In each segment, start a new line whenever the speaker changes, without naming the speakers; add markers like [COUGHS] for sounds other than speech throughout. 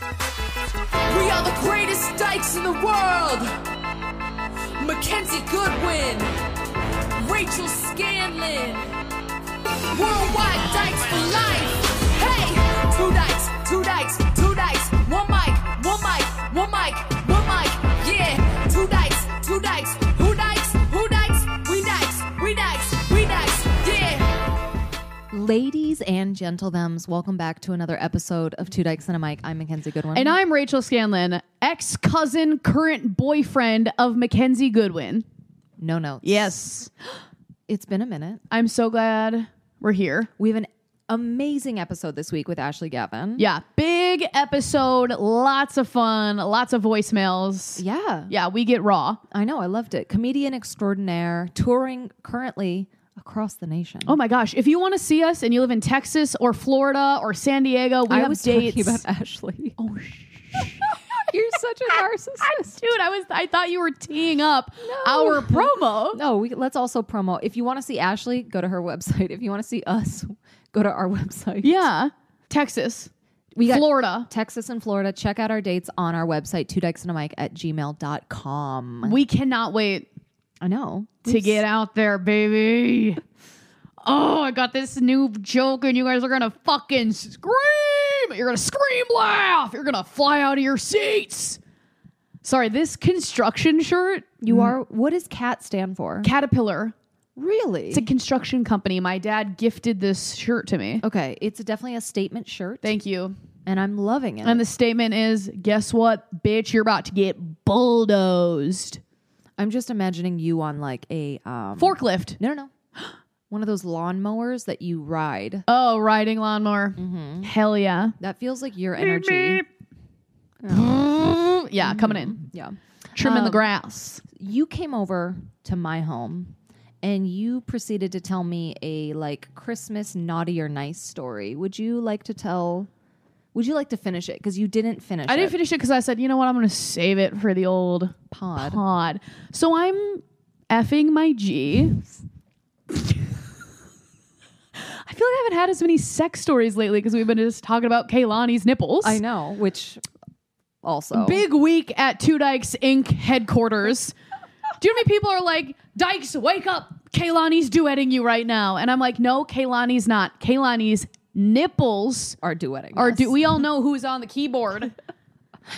We are the greatest dykes in the world. Mackenzie Goodwin, Rachel Scanlon, Worldwide Dykes for Life. Hey, two dykes, two dykes, two dykes, one mic, one mic, one mic, one mic. Yeah, two dykes, two dykes, who dykes, who dykes, we dykes, we dykes, we dykes. Yeah.
Ladies and gentlethems, welcome back to another episode of Two Dykes and a Mic. I'm Mackenzie Goodwin.
And I'm Rachel Scanlon, ex cousin, current boyfriend of Mackenzie Goodwin.
no notes.
Yes.
It's been a minute.
I'm so glad we're here.
We have an amazing episode this week with Ashley Gavin.
Yeah. Big episode, lots of fun, lots of voicemails.
Yeah.
Yeah, we get raw.
I know. I loved it. Comedian extraordinaire, touring currently across the nation.
Oh my gosh. If you want to see us and you live in Texas or Florida or San Diego, we
I
have
was
dates.
talking about Ashley.
[LAUGHS] oh, sh-
[LAUGHS] You're such a narcissist.
dude, I was I thought you were teeing up our
[LAUGHS]
promo.
No, we, let's also promo. If you want to see Ashley, go to her website. If you want to see us, go to our website.
Yeah. Texas.
We got
Florida.
Texas and Florida. Check out our dates on our website, two dykes and a mic at gmail.com.
We cannot wait
I know.
to get out there, baby. Oh, I got this new joke, and you guys are gonna fucking scream. You're gonna scream, laugh. You're gonna fly out of your seats. Sorry, this construction shirt,
You are, what does CAT stand for?
Caterpillar.
Really?
It's a construction company. My dad gifted this shirt to me.
okay. It's definitely a statement shirt,
Thank you.
and I'm loving it.
And the statement is, guess what, bitch? You're about to get bulldozed.
I'm just imagining you on like a, um,
Forklift.
no, [GASPS] no, no. One of those lawnmowers that you ride.
Oh, riding lawnmower. Hell yeah.
That feels like your energy.
Yeah, coming in.
Yeah.
Trimming the grass.
You came over to my home and you proceeded to tell me a like Christmas naughty or nice story. Would you like to tell? Would you like to finish it? Because you didn't finish
I
it.
didn't finish it because I said, you know what, I'm going to save it for the old
Pod.
pod. So I'm effing my G. I feel like I haven't had as many sex stories lately because we've been just talking about Kaylani's nipples.
I know, which also.
Big week at Two Dykes Inc. headquarters. Do you know how many people are like, Dykes, wake up. Kaylani's duetting you right now. And I'm like, no, Kaylani's not. Kaylani's nipples
are duetting.
are,
this.
do- we all know who's on the keyboard.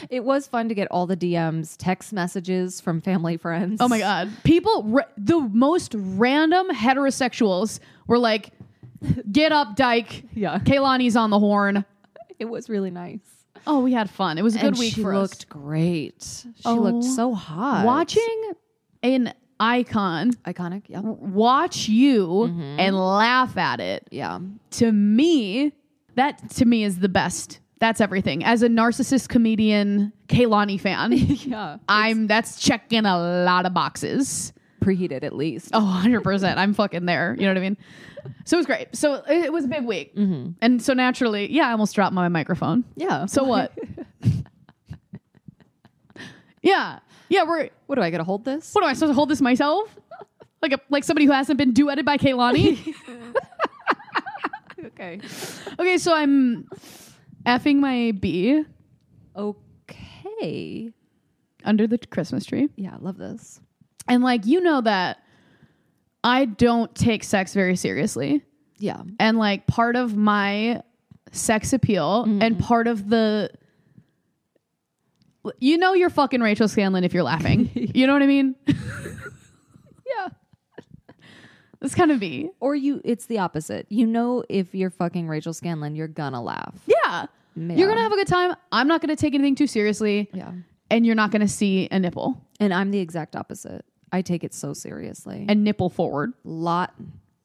It was fun to get all the DMs, text messages from family friends.
Oh my god. People ra- the most random heterosexuals were like get up dyke.
Yeah.
Kaylani's on the horn.
It was really nice.
Oh, we had fun. It was a good
and
week
she
for
looked great. She looked
Oh.
so hot.
us. Watching an icon
iconic. Yeah.
watch you and laugh at it [LAUGHS]
Yeah.
to me that to me is the best. That's everything. As a narcissist comedian Kaylani [LAUGHS] fan,
Yeah.
I'm that's checking a lot of boxes.
Preheated at least.
Oh, 100%. I'm fucking there. You know what I mean? So it was great. So it, it was a big week. And so naturally, yeah, I almost dropped my microphone.
Yeah.
So what? yeah. Yeah, we're
What do I got to hold this?
what am I supposed to hold this myself? Like a, like somebody who hasn't been duetted by Kaylani?
Okay.
okay, so I'm effing my bee
Okay.
under the Christmas tree.
Yeah, I love this.
And like you know that I don't take sex very seriously.
Yeah.
and like part of my sex appeal
Mm-hmm.
and part of the you know you're fucking Rachel Scanlon if
[LAUGHS]
you're laughing. you know what I mean?
Yeah.
That's kind of me.
Or you it's the opposite. You know if you're fucking Rachel Scanlon, you're gonna laugh.
Yeah.
Yeah.
You're gonna have a good time. I'm not gonna take anything too seriously.
Yeah.
And you're not gonna see a nipple.
And I'm the exact opposite. I take it so seriously.
And nipple forward.
lot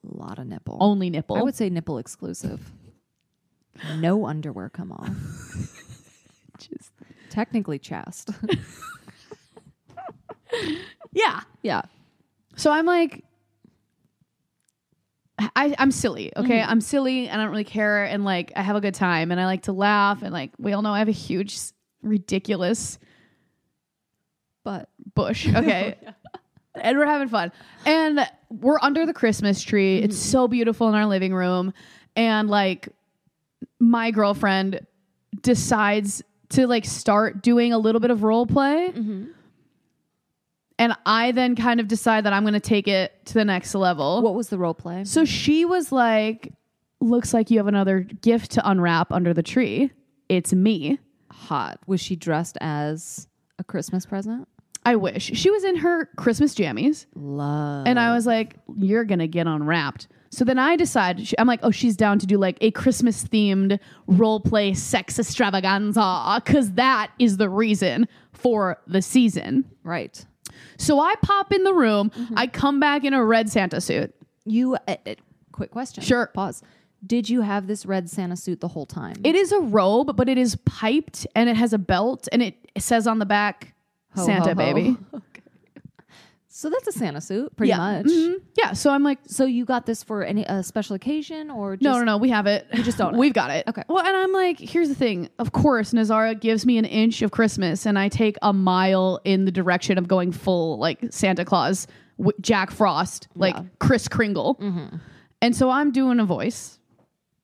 lot of nipple.
Only nipple.
I would say nipple exclusive. No underwear come [LAUGHS] off. Technically chast. [LAUGHS]
yeah.
yeah.
So I'm like, I, I'm silly, okay? I'm silly and I don't really care. And like, I have a good time and I like to laugh. And like, we all know I have a huge, s- ridiculous
But
bush, okay? And we're having fun. And we're under the Christmas tree. It's so beautiful in our living room. And like, my girlfriend decides to like start doing a little bit of role play. And I then kind of decide that I'm going to take it to the next level.
What was the role play?
so she was like, Looks like you have another gift to unwrap under the tree. It's me.
Hot. Was she dressed as a Christmas present?
I wish. She was in her Christmas jammies.
Love.
And I was like, you're going to get unwrapped. So then I decide, she- I'm like, oh, she's down to do like a Christmas themed role play sex extravaganza because that is the reason for the season.
right.
So I pop in the room. I come back in a red Santa suit.
You. Uh, uh, quick question.
Sure.
Pause. Did you have this red Santa suit the whole time?
It is a robe, but it is piped and it has a belt and it says on the back,
Ho,
Santa
ho, ho. [LAUGHS]
baby.
so that's a Santa suit, pretty
yeah.
much.
Mhm. Yeah. So I'm like,
So you got this for any a special occasion or just
No, no, no. We have it. We
just
[LAUGHS]
don't.
We've got it.
Okay.
Well, and I'm like, here's the thing. Of course, Nazara gives me an inch of Christmas, and I take a mile in the direction of going full like Santa Claus, w- Jack Frost, like Chris Kringle.
Mm-hmm.
And so I'm doing a voice,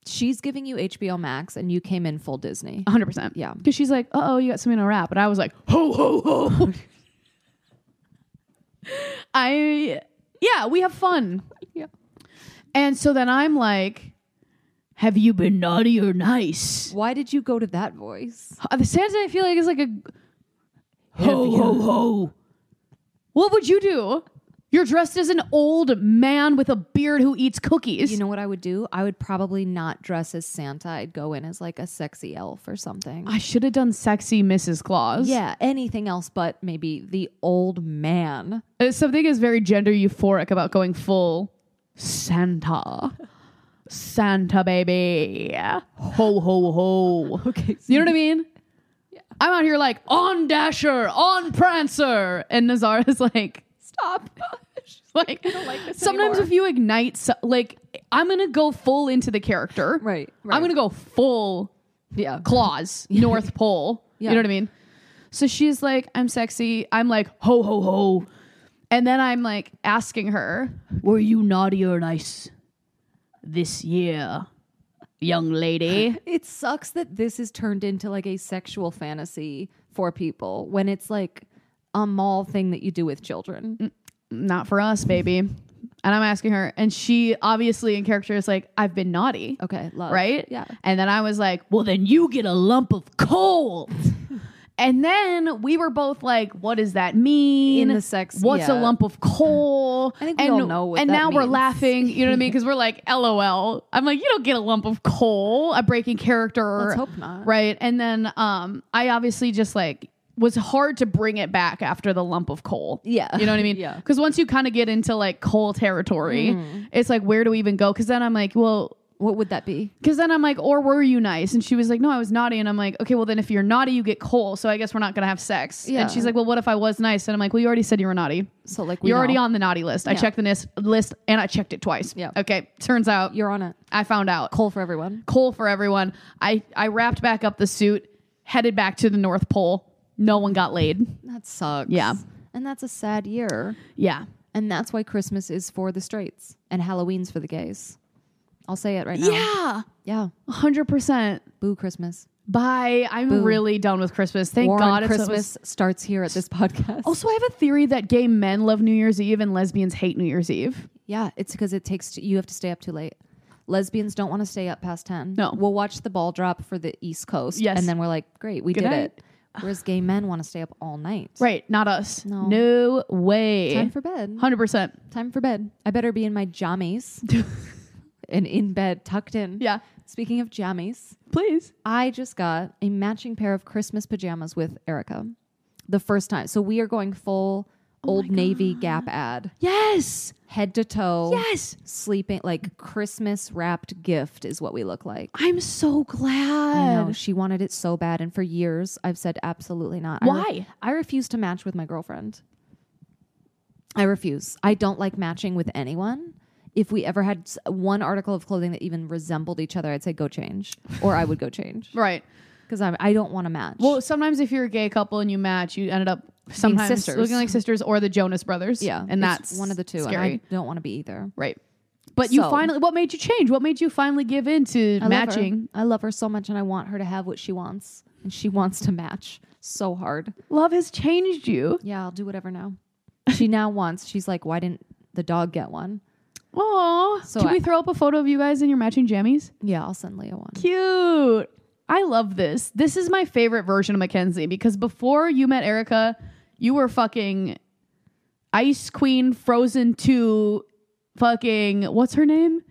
She's giving you HBO Max, and you came in full Disney.
100. percent
Yeah.
Because she's like, uh oh, you got something to wrap, and I was like, ho ho ho. [LAUGHS] I yeah, we have fun.
Yeah.
And so then I'm like, have you been naughty or nice?
Why did you go to that
[SIGHS]
voice?
Uh, the Santa, I feel like, is like a ho ho ho. What would you do? You're dressed as an old man with a beard who eats cookies.
You know what I would do? I would probably not dress as Santa. I'd go in as like a sexy elf or something.
I should have done sexy Mrs. Claus.
yeah, anything else but maybe the old man.
Uh, Something is very gender euphoric about going full Santa. Santa baby. Ho ho ho.
Okay. [LAUGHS]
You know what I mean? I'm out here like on Dasher, on Prancer, and Nazara's like, stop. She's like, sometimes
anymore.
if you ignite, so- like, I'm gonna go full into the character.
Right,
I'm
right.
gonna go full
[LAUGHS] Yeah.
claws, North Pole.
Yeah.
You know what I mean? So she's like, I'm sexy. I'm like, ho ho ho. And then I'm like asking her, Were you naughty or nice this year, young lady?
It sucks that this is turned into like a sexual fantasy for people when it's like a mall thing that you do with
Mm.
children.
not for us, baby. And I'm asking her, and she obviously in character is like, I've been naughty.
Okay, love.
Right?
Yeah.
And then I was like, well, then you get a lump of
[LAUGHS]
coal. and then we were both like, what does that mean?
In the sex-
What's a
yeah.
lump of coal?
I think we
and,
all know what
And
that
now we're
means.
laughing. You know
[LAUGHS]
what I mean? Because we're like, LOL. I'm like, you don't get a lump of coal. I'm breaking character.
Let's hope not.
Right. And then um, I obviously just like was hard to bring it back after the lump of coal.
Yeah.
You know what I mean?
[LAUGHS] Yeah. Mm-hmm.
Because once you kind of get into like coal territory, it's like, where do we even go? Because then I'm like, well,
What would that be?
because then I'm like, or were you nice? And she was like, no, I was naughty. And I'm like, okay, well, then if you're naughty, you get coal. So I guess we're not going to have sex.
Yeah.
And she's like, well, what if I was nice? And I'm like, well, you already said you were naughty.
So like we
You're already
know.
on the naughty list. I
Yeah.
checked the nis- list and I checked it twice.
Yeah.
Okay. Turns out
You're on a
I found out
coal for everyone.
coal for everyone. I, I wrapped back up the suit, headed back to the North Pole. No one got laid.
That sucks.
Yeah.
And that's a sad year.
Yeah.
And that's why Christmas is for the straights and Halloween's for the gays. I'll say it right now.
Yeah.
Yeah.
100%.
Boo Christmas.
Bye. I'm really done with Christmas. Thank
War
God
on
it's
Christmas starts here at
[LAUGHS]
this podcast.
Also, I have a theory that gay men love New Year's Eve and lesbians hate New Year's Eve.
Yeah, it's because it takes you have to stay up too late. Lesbians don't want to stay up past ten.
No.
we'll watch the ball drop for the East Coast.
Yes.
and then we're like, great, we
Good
did
night.
it. [SIGHS] Whereas gay men want to stay up all night.
Right, not us.
No.
No way.
Time for bed.
100%.
Time for bed. I better be in my
[LAUGHS]
jammies and in bed, tucked in.
Yeah.
Speaking of jammies,
Please.
I just got a matching pair of Christmas pajamas with Erica, the first time. So we are going
Oh
full Old Navy Gap ad,
Yes.
head to toe.
Yes.
Sleeping like Christmas wrapped gift is what we look like.
I'm so
I know,
glad.
she wanted it so bad, and for years I've said absolutely not. I, re-
Why?
I refuse to match with my girlfriend. I refuse. I don't like matching with anyone. If we ever had s- one article of clothing that even resembled each other, I'd say go change, or I would go change
[LAUGHS] Right.
because I I don't want to match.
Well, sometimes if you're a gay couple and you match, you ended up sometimes
sisters.
looking like sisters or the Jonas brothers.
yeah,
And
it's
that's
one of the two. and
Scary.
I don't want to be either.
right. But you
So-
finally, what made you change? What made you finally give in to
I
matching?
Love her. I love her so much, and I want her to have what she wants, and she wants to match so hard.
Love has changed you.
Yeah, I'll do whatever now. She now wants. She's like, why didn't the dog get one?
Aw.
So
Can
I-
we throw up a photo of you guys in your matching jammies?
Yeah, I'll send Leah one.
Cute. I love this. This is my favorite version of Mackenzie because before you met Erica, you were fucking Ice Queen Frozen 2 fucking what's her name?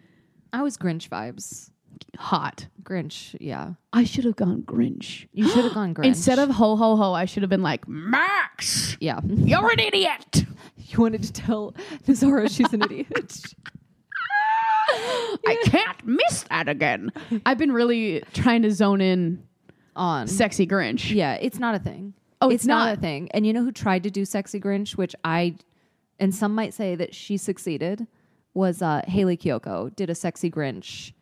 I was Grinch vibes.
Hot.
Grinch, yeah.
I should have gone Grinch.
You should have gone Grinch
Instead of ho ho ho, I should have been like "Mm, Max,
yeah.
you're an idiot.
you wanted to tell Nazara she's an idiot.
I can't miss that again. I've been really trying to zone in
[LAUGHS] On
sexy Grinch.
yeah, it's not a thing.
Oh, it's
it's not.
not.
a thing. And you know who tried to do sexy Grinch, which I, and some might say that she succeeded, was uh, Haley Kyoko did a sexy Grinch,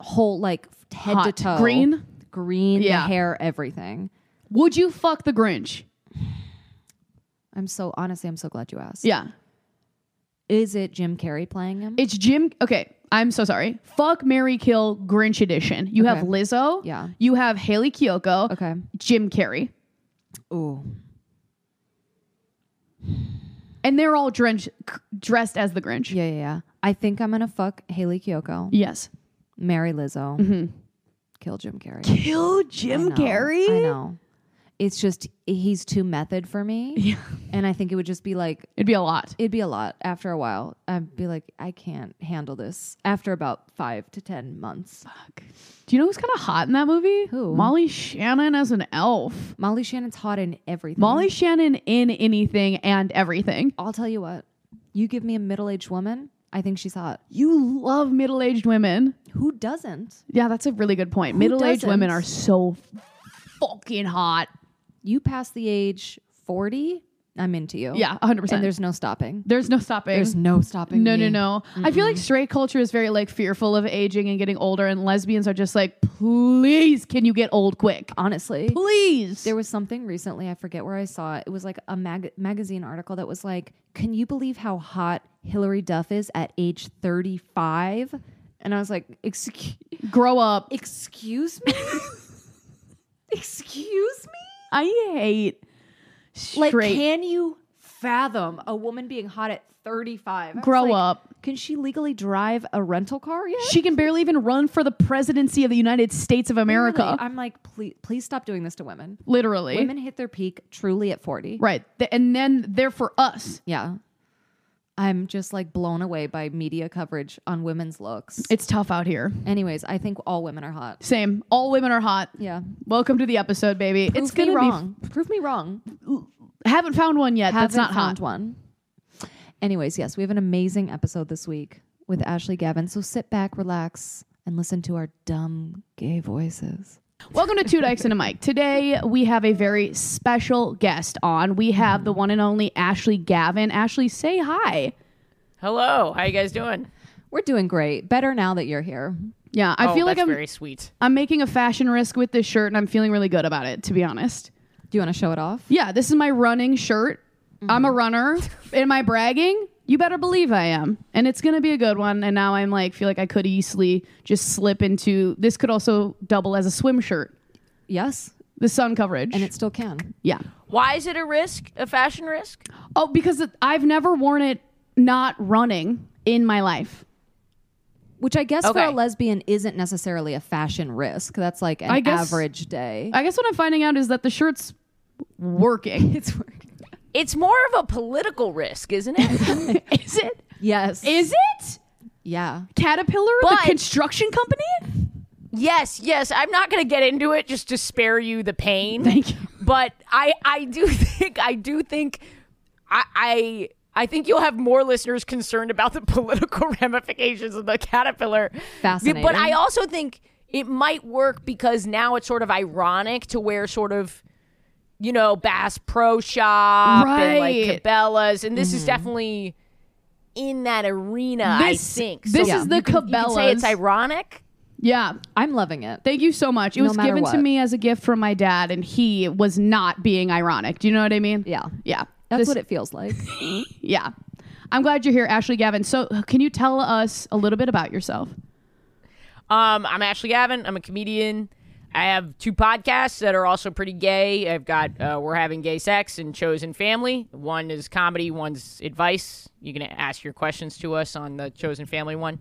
whole like head to
Hot.
toe
Green?
green,
Yeah.
the hair, everything.
Would you fuck the Grinch?
I'm so honestly, I'm so glad you asked.
Yeah.
Is it Jim Carrey playing him?
It's Jim. Okay, I'm so sorry. Fuck Mary Kill Grinch edition. You have
Okay.
Lizzo.
Yeah.
You have Haley Kyoko.
okay.
Jim Carrey,
Ooh.
and they're all drenched, dressed as the Grinch.
Yeah, yeah, yeah. I think I'm gonna fuck Haley Kyoko,
Yes.
marry Lizzo, kill Jim Carrey.
Mm-hmm. Kill Jim
I know, I know. It's just he's too method for me.
Yeah.
And I think it would just be like
It'd be a lot.
it'd be a lot after a while. I'd be like, I can't handle this after about five to ten months.
Do you know who's kind of hot in that movie?
Who?
Molly Shannon as an elf.
Molly Shannon's hot in everything.
Molly Shannon in anything and everything.
I'll tell you what. You give me a middle aged woman, I think she's hot.
You love middle aged women.
Who doesn't?
Yeah, that's a really good point. Middle aged
doesn't?
women are so fucking hot.
You pass the age forty, I'm into you.
Yeah, 100%.
And there's no stopping.
There's no stopping.
There's no stopping.
no,
me.
no, no. I feel like straight culture is very like fearful of aging and getting older, and lesbians are just like, please, can you get old quick?
Honestly,
Please.
There was something recently, I forget where I saw it. It was like a mag- magazine article that was like, Can you believe how hot Hillary Duff is at age 35? And I was like, Excuse,
Grow up.
excuse me? [LAUGHS] excuse me?
I hate
Like,
straight.
can you fathom a woman being hot at 35? I was
grow
like,
up.
Can she legally drive a rental car yet?
She can barely even run for the presidency of the United States of America.
Really, I'm like, please, please stop doing this to women.
Literally.
Women hit their peak truly at 40.
Right. Th- And then they're for us.
Yeah. I'm just like blown away by media coverage on women's looks.
It's tough out here.
Anyways, I think all women are hot.
Same. All women are hot.
Yeah.
Welcome to the episode, baby. it's
Prove
gonna
me
be-
wrong. Prove me wrong.
haven't found one yet.
Haven't
that's not
found
hot.
one. Anyways, yes, we have an amazing episode this week with Ashley Gavin. So sit back, relax, and listen to our dumb gay voices.
Welcome to Two Dykes and a Mic. Today we have a very special guest on. We have
Mm-hmm.
the one and only Ashley Gavin. Ashley, say hi.
Hello, how you guys doing?
We're doing great. Better now that you're here.
Yeah, I
oh,
feel like
that's
I'm
very sweet.
I'm making a fashion risk with this shirt, and I'm feeling really good about it. To be honest,
Do you want to show it off?
yeah, this is my running shirt. I'm
Mm-hmm.
a runner. Am I bragging? You better believe I am, and it's gonna be a good one. And now I'm like, feel like I could easily just slip into this. Could also double as a swim shirt.
Yes.
The sun coverage.
And it still can.
yeah.
Why is it a risk? A fashion risk?
Oh, because it- I've never worn it not running in my life.
Which I guess for
Okay.
a lesbian isn't necessarily a fashion risk. That's like an
I guess-
average day.
I guess what I'm finding out is that the shirt's
[LAUGHS]
working.
it's working.
It's more of a political risk, isn't
[LAUGHS]
it?
is it?
Yes.
Is it?
yeah.
Caterpillar,
But-
the construction company?
yes, yes. I'm not going to get into it just to spare you the pain.
Thank you.
But I, I do [LAUGHS] think, I do think, I, I, I think you'll have more listeners concerned about the [LAUGHS] political ramifications of the caterpillar.
Fascinating.
But I also think it might work because now it's sort of ironic to wear sort of, you know, Bass Pro Shop and
Right. Mm-hmm.
like Cabela's, and this is definitely in that arena.
This-
I think
this
So
is the
you can- you can say it's
Cabela's.
ironic.
Yeah.
I'm loving it.
Thank you so much. It
No
was
matter
given to
what.
me as a gift from my dad, and he was not being ironic. Do you know what I mean?
Yeah.
Yeah.
That's
[LAUGHS]
This-
Oh what it feels like.
Yeah. I'm glad you're here, Ashley Gavin. So, uh, can you tell us a little bit about yourself?
Um, I'm Ashley Gavin. I'm a comedian. I have two podcasts that are also pretty gay. I've got uh, We're Having Gay Sex and Chosen Family. One is comedy, one's advice. You can ask your questions to us on the Chosen Family one.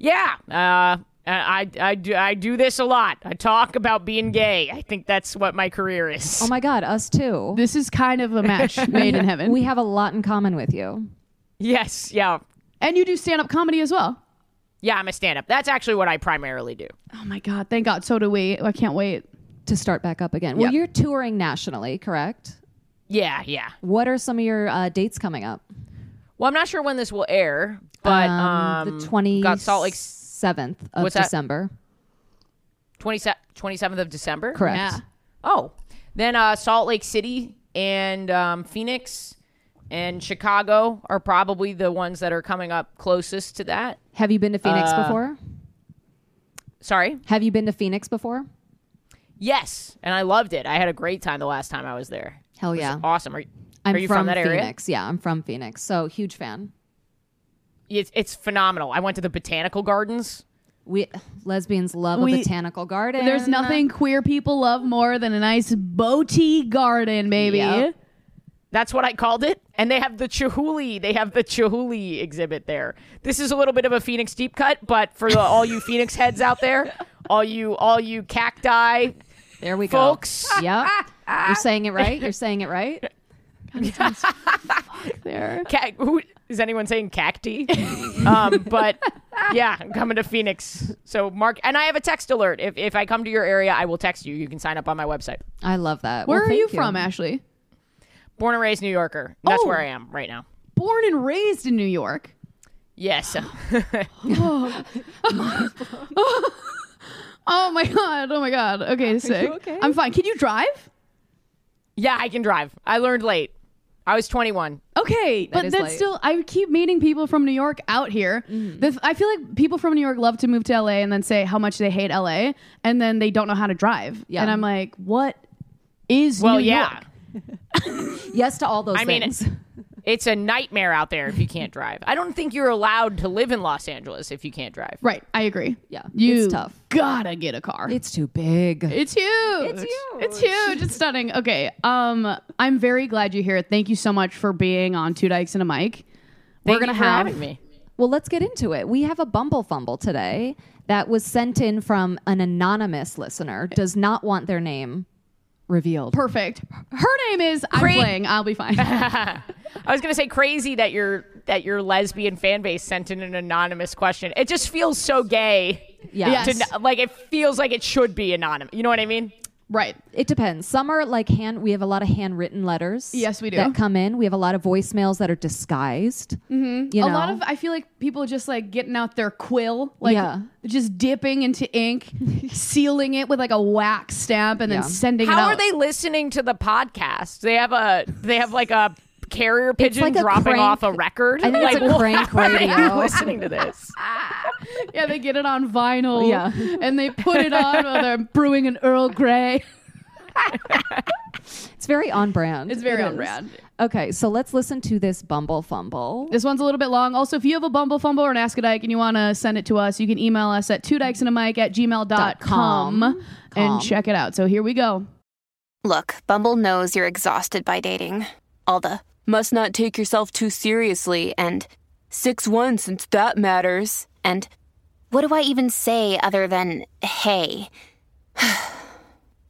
Yeah, uh, I, I, do, I do this a lot. I talk about being gay. I think that's what my career is.
Oh my God, us too.
This is kind of a match [LAUGHS] made in heaven.
We have a lot in common with you.
yes, yeah.
and you do stand up comedy as well.
Yeah, I'm a stand up. That's actually what I primarily do.
Oh my God. Thank God. So do we. I can't wait.
To start back up again. Well,
Yep.
you're touring nationally, correct?
Yeah, yeah.
What are some of your uh, dates coming up?
Well, I'm not sure when this will air, but um,
the twenty
got Salt Lake
seventh of
What's that?
December,
20, 27th of December.
correct?
Yeah.
Oh, then uh, Salt Lake City and um, Phoenix and Chicago are probably the ones that are coming up closest to that.
Have you been to Phoenix
Uh,
before?
Sorry.
Have you been to Phoenix before?
Yes, and I loved it. I had a great time the last time I was there.
Hell
It was
yeah.
awesome. Are,
I'm
are you
from,
from, that area?
Phoenix. Yeah, I'm from Phoenix. So huge fan.
It's, it's phenomenal. I went to the botanical gardens.
We lesbians love
We-
a botanical garden.
There's nothing queer people love more than a nice boaty garden, baby.
Yep.
That's what I called it. And they have the Chihuly. They have the Chihuly exhibit there. This is a little bit of a Phoenix deep cut, but for the, all you Phoenix heads out there, all you all you cacti
There we
folks,
go. [LAUGHS] Yep. You're saying it right. You're saying it right.
[LAUGHS] There.
ca- who, is anyone saying cacti? um, but yeah, I'm coming to Phoenix. So Mark, and I have a text alert. If if I come to your area, I will text you. You can sign up on my website.
I love that.
Where
Well,
are
thank
you, from, Ashley?
Born and raised New Yorker. That's
Oh.
where I am right now.
Born and raised in New York.
Yes. [LAUGHS]
Oh my [LAUGHS] god. Oh my god. Okay, sick.
okay?
I'm fine. Can you drive?
yeah, I can drive. I learned late. I was 21.
Okay, but
is
that's
light.
still. I keep meeting people from New York out here.
Mm-hmm.
The f- I feel like people from New York love to move to LA and then say how much they hate LA, and then they don't know how to drive.
Yeah.
and I'm like, what is
Well,
New
yeah.
York?
Yes to all those
I mean,
things.
It's a nightmare out there if you can't drive. I don't think you're allowed to live in Los Angeles if you can't drive.
Right, I agree.
Yeah,
you
it's tough.
Gotta get a car.
it's too big.
It's huge. It's
huge.
It's huge. It's stunning. Okay. Um, I'm very glad you're here. Thank you so much for being on Two Dykes and a Mic. We're
Thank
gonna
you for
have
having me.
Well, let's get into it. We have a Bumble Fumble today that was sent in from an anonymous listener, does not want their name revealed.
perfect. Her name is I'm
Great.
playing. I'll be
[LAUGHS]
fine.
I was gonna say crazy that your that your lesbian fan base sent in an anonymous question. It just feels so gay.
yeah.
Yes.
To, n- like it feels like it should be anonymous. You know what I mean?
right.
It depends. Some are like hand, we have a lot of handwritten letters.
Yes, we do.
That come in. We have a lot of voicemails that are disguised. Mm-hmm. You
A
know?
lot of I feel like people just like getting out their quill, like
Yeah.
just dipping into
[LAUGHS]
ink, sealing it with like a wax stamp, and
Yeah.
then sending it
How
out.
are they listening to the podcast? They have a they have like a carrier pigeon
like a
dropping
crank-
off a record.
I think it's
Like,
a crank
why are you
radio.
listening to this.
Yeah, they get it on vinyl.
Yeah.
[LAUGHS] and they put it on while they're brewing an Earl Grey. [LAUGHS]
It's very on brand.
It's very
It
on
is.
brand.
Okay, so let's listen to this Bumble Fumble.
This one's a little bit long. Also, if you have a Bumble Fumble or an Ask a Dyke and you want to send it to us, you can email us at two dykes and a mic at gmail.com
com.
and check it out. So here we go.
Look, Bumble knows you're exhausted by dating. All the must not take yourself too seriously and 6 1 since that matters. And what do I even say other than hey? [SIGHS]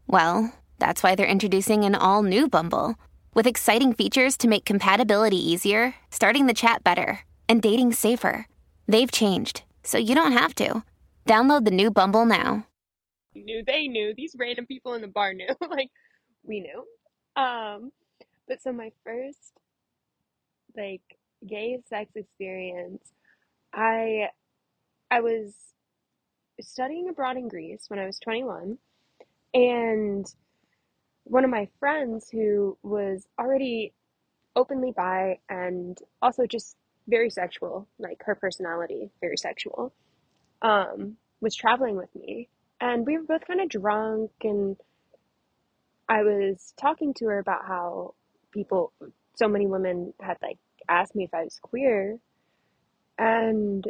well, that's why they're introducing an all new Bumble with exciting features to make compatibility easier, starting the chat better, and dating safer. They've changed, so you don't have to. Download the new Bumble now.
knew they knew these random people in the bar knew [LAUGHS] like we knew um but so my first like gay sex experience i i was studying abroad in greece when i was 21 and one of my friends who was already openly bi and also just very sexual like her personality very sexual um was traveling with me and we were both kind of drunk and i was talking to her about how people so many women had like asked me if I was queer and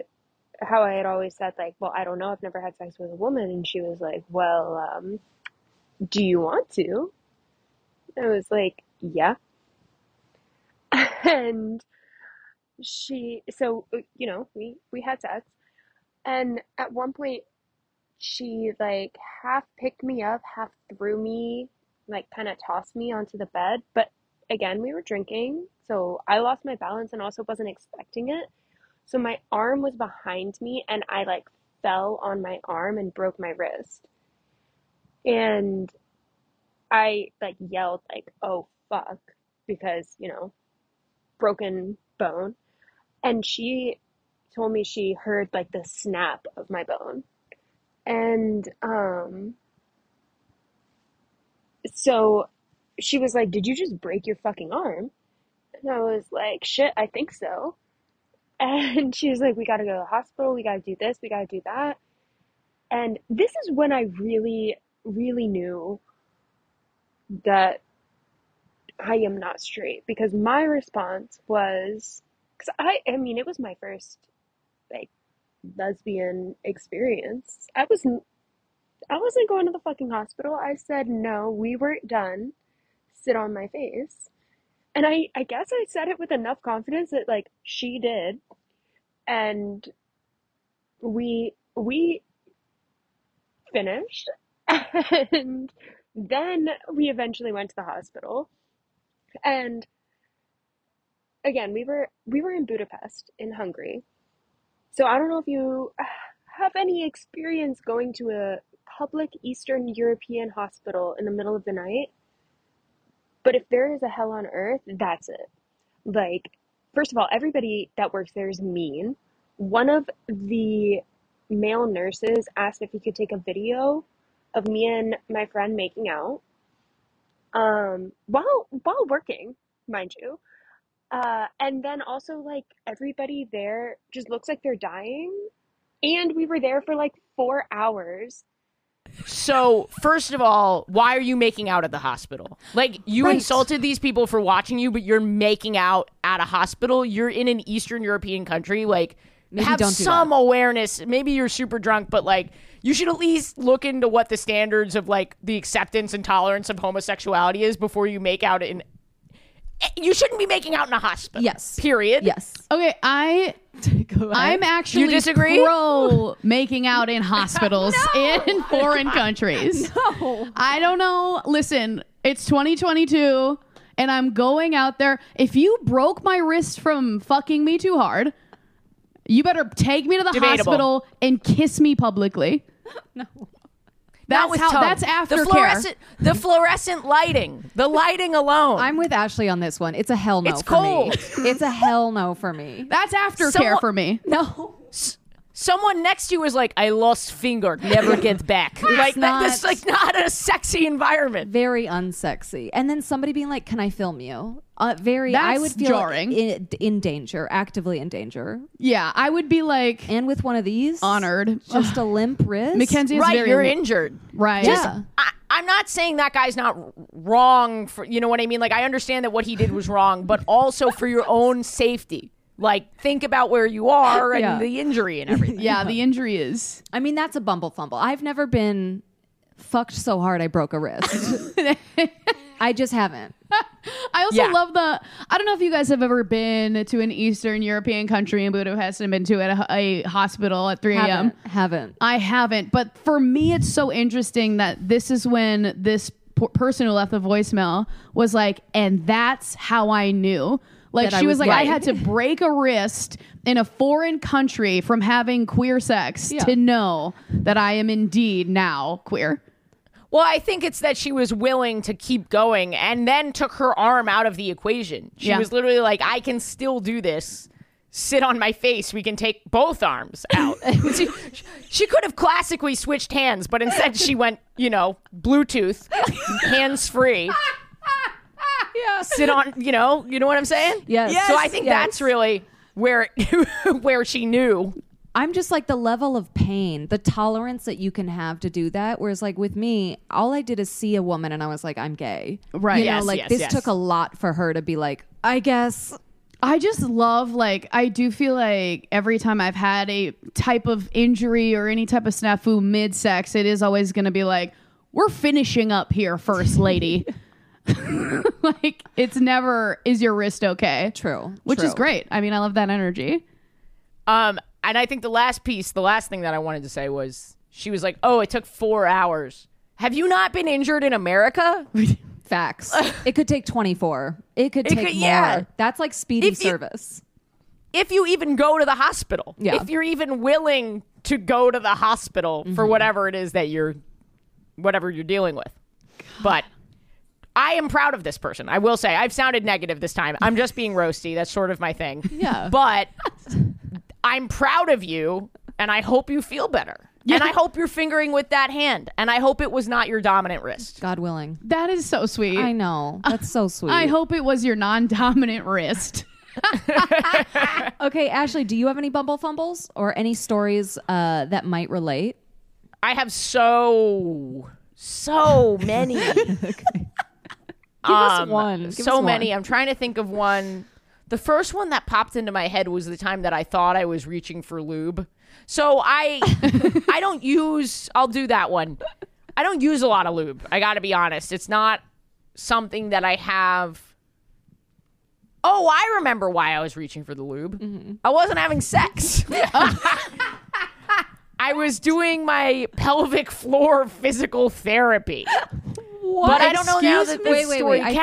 how I had always said, like, well, I don't know, I've never had sex with a woman. And she was like, well, um, do you want to? I was like, yeah. [LAUGHS] And she, so, uh, you know, we, we had sex. And at one point, she like half picked me up, half threw me, like kind of tossed me onto the bed. But again, we were drinking, so I lost my balance and also wasn't expecting it. So my arm was behind me and I like fell on my arm and broke my wrist. And I like yelled like, "Oh fuck," because, you know, broken bone. And she told me she heard like the snap of my bone and um so she was like did you just break your fucking arm and i was like shit i think so [LAUGHS] and she was like we gotta go to the hospital we gotta do this we gotta do that and this is when i really really knew that i am not straight because my response was because i i mean it was my first like lesbian experience. I was I wasn't going to the fucking hospital. I said no, we weren't done. Sit on my face. And I I guess I said it with enough confidence that like she did. And we we finished [LAUGHS] and then we eventually went to the hospital. And again, we were we were in Budapest in Hungary. So I don't know if you uh, have any experience going to a public Eastern European hospital in the middle of the night, but if there is a hell on earth, that's it. Like, first of all, everybody that works there is mean. One of the male nurses asked if he could take a video of me and my friend making out um while while working mind you uh, and then also, like, everybody there just looks like they're dying. And we were there for like four hours.
So, first of all, why are you making out at the hospital? Like, you
Right.
insulted these people for watching you, but you're making out at a hospital. You're in an Eastern European country. Like,
Maybe
have
don't do
some awareness. Maybe you're super drunk, but like, you should at least look into what the standards of like the acceptance and tolerance of homosexuality is before you make out in. eh, You shouldn't be making out in a hospital.
Yes.
Period.
Yes.
Okay,
[LAUGHS]
I I'm actually
You disagree?
pro making out
[LAUGHS]
in hospitals in foreign countries. No. I don't know. Listen, it's 2022 and I'm going out there. If you broke my wrist from fucking me too hard, you better take me to the
Debatable.
hospital and kiss me
[LAUGHS]
publicly.
Not
That's
with
how-
tone.
that's
the
aftercare.
fluorescent, the fluorescent lighting, the lighting alone.
I'm with Ashley on this one. It's a hell no
It's
for
cold.
me. [LAUGHS] It's a hell no for
[LAUGHS]
me.
That's aftercare
Someone-
for me.
No.
someone next to you is like, I lost finger, never get back. like that,
not-
that's like not a sexy environment.
Very unsexy. And then somebody being like, "Can I film you?" Uh, very. I
That's
would feel
jarring.
In, in danger, actively in danger,
Yeah, I would be like
and with one of these
honored.
just
[SIGHS]
a limp wrist.
Mackenzie is
Right,
very
you're injured.
right.
Yeah.
I, I'm not saying that guy's not r- wrong for you know what I mean. Like I understand that what he did was wrong, but also for your own safety. Like think about where you are and
Yeah.
the injury and
[LAUGHS]
everything.
yeah, the injury is
I mean, that's a bumble fumble. I've never been fucked so hard I broke a wrist.
[LAUGHS]
I just haven't.
I also
Yeah.
love the. I don't know if you guys have ever been to an Eastern European country in Budapest and been to a, a hospital at 3 a.m.
Haven't. Haven't.
I haven't, but for me, it's so interesting that this is when this p- person who left the voicemail was like, and that's how I knew. Like,
That I
she was,
was
like, I
right.
had to break a wrist in a foreign country from having queer sex
Yeah.
to know that I am indeed now queer.
Well, I think it's that she was willing to keep going and then took her arm out of the equation. She
Yeah.
was literally like, I can still do this. Sit on my face. We can take both arms
[LAUGHS]
out. she, she could have classically switched hands, but instead she went, you know, Bluetooth, hands free. Sit on, you know, you know what I'm saying?
Yes.
So I think
Yes.
that's really where [LAUGHS] where she knew.
[LAUGHS] I'm just like the level of pain, the tolerance that you can have to do that. Whereas, like with me, all I did is see a woman and I was like, I'm gay.
Right.
You know,
Yes,
like
yes,
this
yes.
took a lot for her to be like, I guess
I just love like I do feel like every time I've had a type of injury or any type of snafu mid sex, it is always going to be like we're finishing up here,
[LAUGHS]
first lady. [LAUGHS] like it's never is your wrist okay?
True.
which is
true.
great. I mean, I love that energy.
Um, and I think the last piece, the last thing that I wanted to say was she was like, "Oh, it took four hours. Have you not been injured in America?
Facts. it could take 24. It could
It
take
could-
more.
yeah.
That's like speedy
If you-
service.
If you even go to the hospital,
Yeah.
if you're even willing to go to the hospital for whatever it is that you're, whatever you're dealing with." But I am proud of this person. I will say I've sounded negative this time. I'm just being roasty. That's sort of my thing.
Yeah.
But I'm proud of you, and I hope you feel better. And I hope you're fingering with that hand, and I hope it was not your dominant wrist.
God willing.
That is so sweet.
I know. That's so sweet.
I hope it was your non-dominant wrist. [LAUGHS]
Okay, Ashley, do you have any bumble fumbles or any stories uh, that might relate?
I have so
[LAUGHS]
so many.
Give us
Um,
one. Give
so
us one.
many. I'm trying to think of one. The first one that popped into my head was the time that I thought I was reaching for lube. So
[LAUGHS]
I I don't use I'll do that one. I don't use a lot of lube. I got to be honest. It's not something that I have Oh, I remember why I was reaching for the lube.
Mm-hmm.
I wasn't having sex. I was doing my pelvic floor physical therapy. But I don't know now
Excuse
that
me?
this
Wait, wait,
story
wait, I feel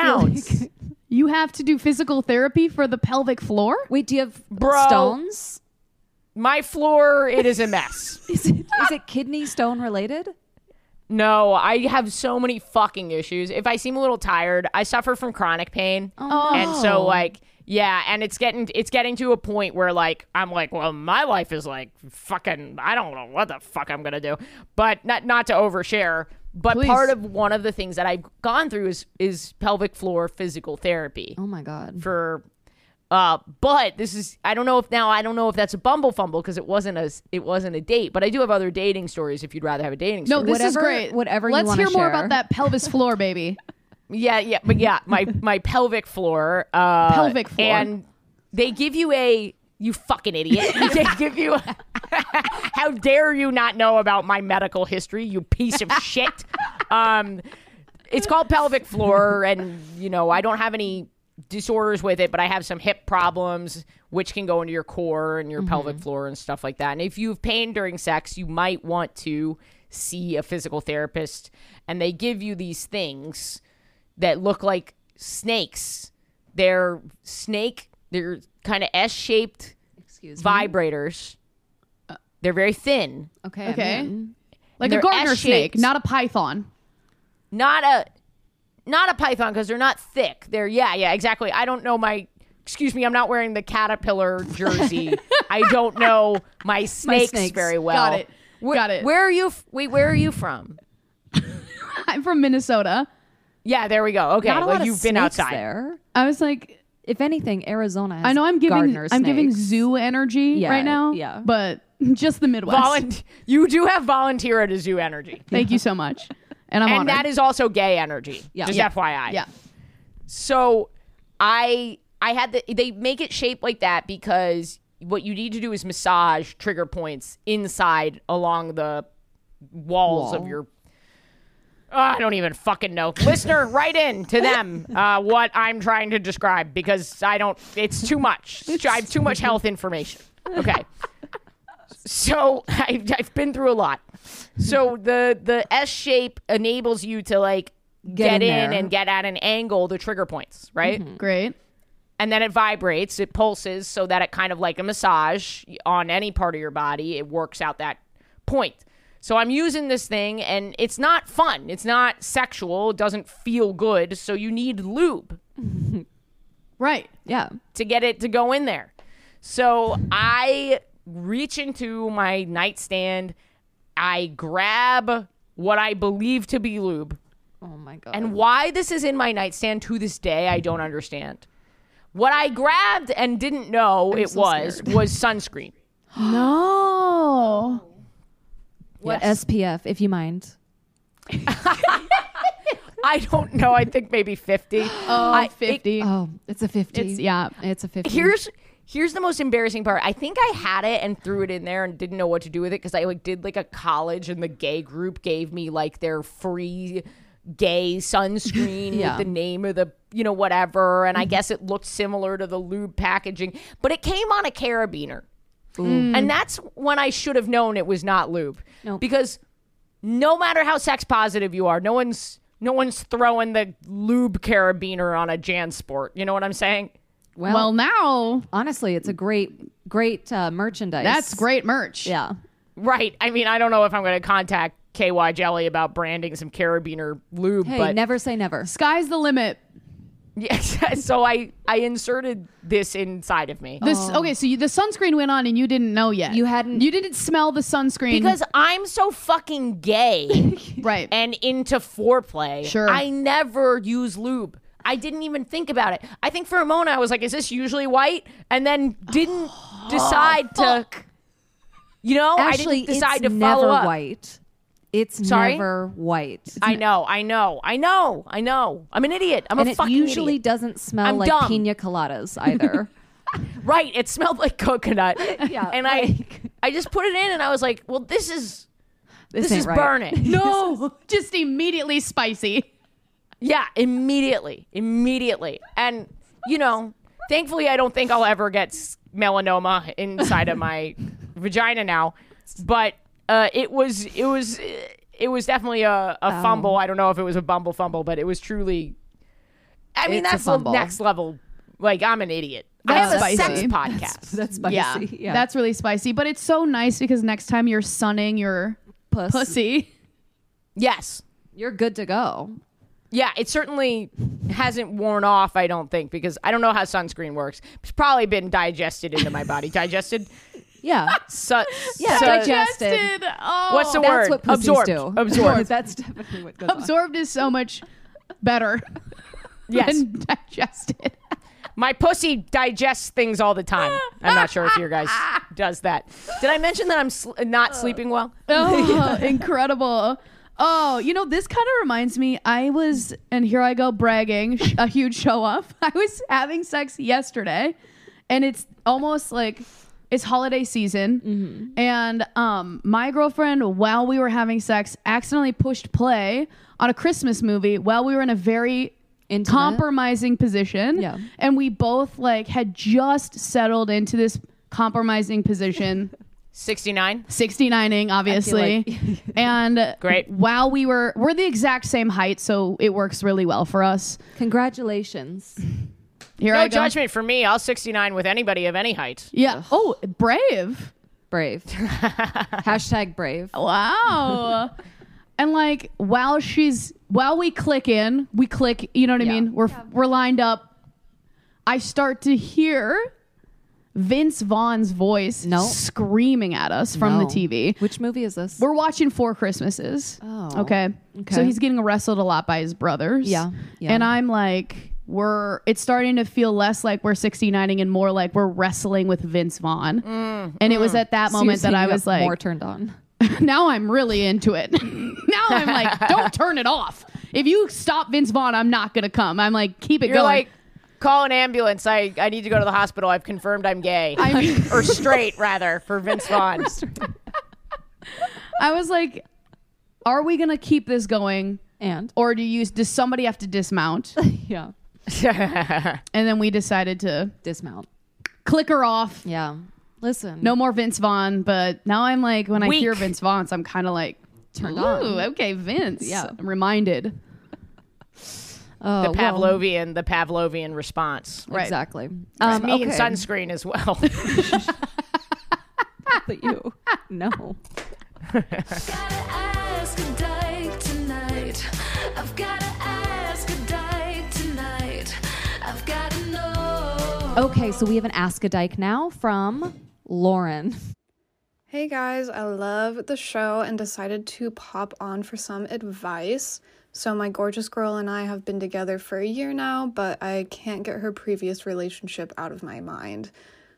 [LAUGHS]
counts.
like-
You have to do physical therapy for the pelvic floor?
Wait, do you have
Bro.
stones?
My floor, it is a mess.
Is it, is it kidney stone related?
no, I have so many fucking issues. If I seem a little tired, I suffer from chronic pain.
Oh,
And so like yeah, and it's getting it's getting to a point where like I'm like, well, my life is like fucking I don't know what the fuck I'm gonna do. But not not to overshare. But
Please.
part of one of the things that I've gone through is is pelvic floor physical therapy.
Oh my god.
for uh but this is I don't know if now I don't know if that's a bumble fumble because it wasn't a it wasn't a date, but I do have other dating stories if you'd rather have a dating
No,
story.
this is
Whatever-
great.
whatever you
Let's
wanna
hear more
share.
about that pelvis
[LAUGHS]
floor, baby.
Yeah, yeah, but yeah,
[LAUGHS]
my my pelvic floor uh
Pelvic floor.
and they give you a you fucking idiot.
[LAUGHS]
they give you a, [LAUGHS] How dare you not know about my medical history, you piece of shit. Um it's called pelvic floor and you know i don't have any disorders with it but i have some hip problems which can go into your core and your
Mm-hmm.
pelvic floor and stuff like that and if you have pain during sex you might want to see a physical therapist and they give you these things that look like snakes they're snake they're kind of s-shaped
Excuse
vibrators they're very thin
me. Okay. I'm
Okay.
in.
Like
They're
a gardener snake,
S-shaped.
not a python.
not a not a python because they're not thick. They're yeah, yeah, exactly. I don't know my excuse me. I'm not wearing the caterpillar jersey. I don't know my snakes,
snakes.
very well.
Got it.
Where,
Got it.
Where are you? f- Wait, where are you from?
I'm from Minnesota.
Yeah, there we go. Okay,
Not a
well,
lot of
you've been
snakes
outside.
there.
I was like,
If anything, Arizona. Has
I know I'm giving
gardener
I'm
snakes.
giving zoo energy
Yeah,
right now.
yeah.
But [LAUGHS] just the Midwest.
Volun- [LAUGHS] you do have volunteer at a zoo energy,
Thank you so much. And I'm
and
honored.
that is also gay energy.
Yeah.
just
Yeah.
FYI.
yeah.
So I I had the they make it shaped like that because what you need to do is massage trigger points inside along the walls of
Wall.
your Oh, I don't even fucking know.
[LAUGHS]
Listener, write in to them uh, what I'm trying to describe because I don't. It's
[LAUGHS]
too much. I have too much health information. Okay. So [LAUGHS] I've, I've been through a lot. So the the S shape enables you to like
Get in
get, in,
there. Mm-hmm.
and get at an angle the trigger points, right?
Great.
And then it vibrates, it pulses so that it kind of like a massage on any part of your body, it works out that point. So I'm using this thing and it's not fun. It's not sexual, it doesn't feel good, so you need lube
Right.
Yeah.
to get it to go in there. So I reach into my nightstand, I grab what I believe to be lube.
Oh my god.
And why this is in my nightstand to this day, I don't understand. What I grabbed and didn't know it was was sunscreen.
No.
what
Oh, Yes.
SPF, if you mind?
I don't know. I think maybe 50.
Oh,
I- it-
50.
Oh, it's a 50.
It's- yeah.
It's a 50.
here's here's the most embarrassing part. I think I had it and threw it in there and didn't know what to do with it because I like did like a college and the gay group gave me like their free
[LAUGHS]
gay sunscreen
Yeah. Mm-hmm.
with the name of the you know whatever and I guess it looked similar to the lube packaging, but it came on a carabiner. And that's when I should have known it was not lube.
Mm. Nope.
Because no matter how sex positive you are, no one's no one's throwing the lube carabiner on a Jansport. You know what I'm saying?
well,
well, now
honestly, it's a great, great uh, merchandise.
that's great merch.
Yeah.
Right. I mean, I don't know if I'm going to contact KY Jelly about branding some carabiner lube,
Hey,
but
never say never.
Sky's the limit.
[LAUGHS] Yes, so I I inserted this inside of
Oh,
me.
This okay, so you, the sunscreen went on and you didn't know yet.
You hadn't-
You didn't smell the sunscreen
because I'm so
[LAUGHS]
fucking gay
right. [LAUGHS]
and into foreplay.
Sure.
I never use lube. I didn't even think about it. I think for a moment I was like, is this usually white? And then
[GASPS]
didn't decide to you know,
Oh, Actually,
I didn't decide
it's
to
never
follow up.
white. It's
Sorry?
never white.
I know, I know, I know, I know. I'm an idiot. I'm
and
a
it
fucking
usually
idiot.
doesn't smell
I'm
like
dumb.
pina coladas
[LAUGHS]
either.
Right. It smelled like
[LAUGHS]
coconut.
Yeah,
And I I just put it in and I was like, well, this is this,
ain't
is
right. [LAUGHS]
burning.
no, just immediately spicy.
yeah, immediately. Immediately. And you know, thankfully I don't think I'll ever get s- melanoma
[LAUGHS]
inside of my vagina now. But uh, it was it was it was definitely a, a
Oh.
fumble. I don't know if it was a bumble fumble, but it was truly I mean
It's a
that's the
fumble.
next level. Like I'm an idiot. I
That's
have a sex
spicy.
[LAUGHS]
podcast.
That's [LAUGHS] spicy.
Yeah.
Yeah,
That's really spicy, but it's so nice because next time you're sunning your
puss. [LAUGHS]
pussy.
yes.
You're good to go.
Yeah, it certainly hasn't worn off, I don't think, because I don't know how sunscreen works. It's probably been digested into my
[LAUGHS]
body. Digested?
[LAUGHS]
Yeah,
Su-
Yeah,
su-
digest-
Digested. Oh,
What's the
that's
word?
what pussies
Absorbed.
do. [LAUGHS]
Absorbed.
that's definitely what goes on.
absorbed is so much better [LAUGHS]
yes.
than digested.
My pussy digests things all the time. I'm not sure if
[LAUGHS]
your guys does that. Did I mention that I'm sl-
Uh.
not sleeping well?
Oh, incredible. Oh, you know, this kind of reminds me. I was, and here I go bragging, sh- a huge show off. [LAUGHS] I was having sex yesterday, and it's almost like it's holiday season. And um, my girlfriend, while we were having sex, accidentally pushed play on a Christmas movie while we were in a very
Intimate.
compromising position.
Yeah.
And we both like had just settled into this compromising position.
69?
69ing obviously [LAUGHS]
[LAUGHS]
and
Great.
while we were we're the exact same height so it works really well for us
Congratulations.
here
No
i go
judgment for me. I'll 69 with anybody of any height.
yeah oh brave [LAUGHS]
Brave. Hashtag brave.
Oh, wow [LAUGHS] and like while she's while we click in we click you know what i
Yeah.
mean we're we're lined up i start to hear vince vaughn's voice
No.
screaming at us from
No.
the tv
Which movie is this?
We're watching Four Christmases.
Oh.
Okay. So
Okay.
he's getting wrestled a lot by his brothers.
Yeah. Yeah.
And I'm like, we're it's starting to feel less like we're 69ing and more like we're wrestling with Vince Vaughn.
Mm,
and it was at that moment
Seriously,
that I
you got
was like,
more turned on.
[LAUGHS] now I'm really into it. [LAUGHS] now I'm like,
[LAUGHS]
don't turn it off. If you stop Vince Vaughn, I'm not gonna come. I'm like, keep it
You're
going.
like, call an ambulance. I, I need to go to the hospital. I've confirmed I'm gay. [LAUGHS]
I'm-
or straight, rather, for
[LAUGHS]
Vince Vaughn.
I was like, are we gonna keep this going?
And
Or do you does somebody have to dismount?
[LAUGHS] yeah,
[LAUGHS]
and then we decided to
dismount.
click her off.
Yeah. Listen.
no more Vince Vaughn, but now I'm like, when I
Weak.
hear Vince Vaughn's, I'm kind of like, turned
on.
Okay, Vince.
Yeah.
I'm reminded.
Oh,
the
well,
Pavlovian, the Pavlovian response.
Right.
Exactly.
It's
Um,
me and
okay.
sunscreen as well. [LAUGHS]
But
[LAUGHS]
you. No.
gotta ask a dyke tonight. I've gotta ask a dyke tonight. I've gotta know.
Okay, so we have an Ask a Dyke now from Lauren.
Hey guys, I love the show and decided to pop on for some advice. So, my gorgeous girl and I have been together for a year now, but I can't get her previous relationship out of my mind.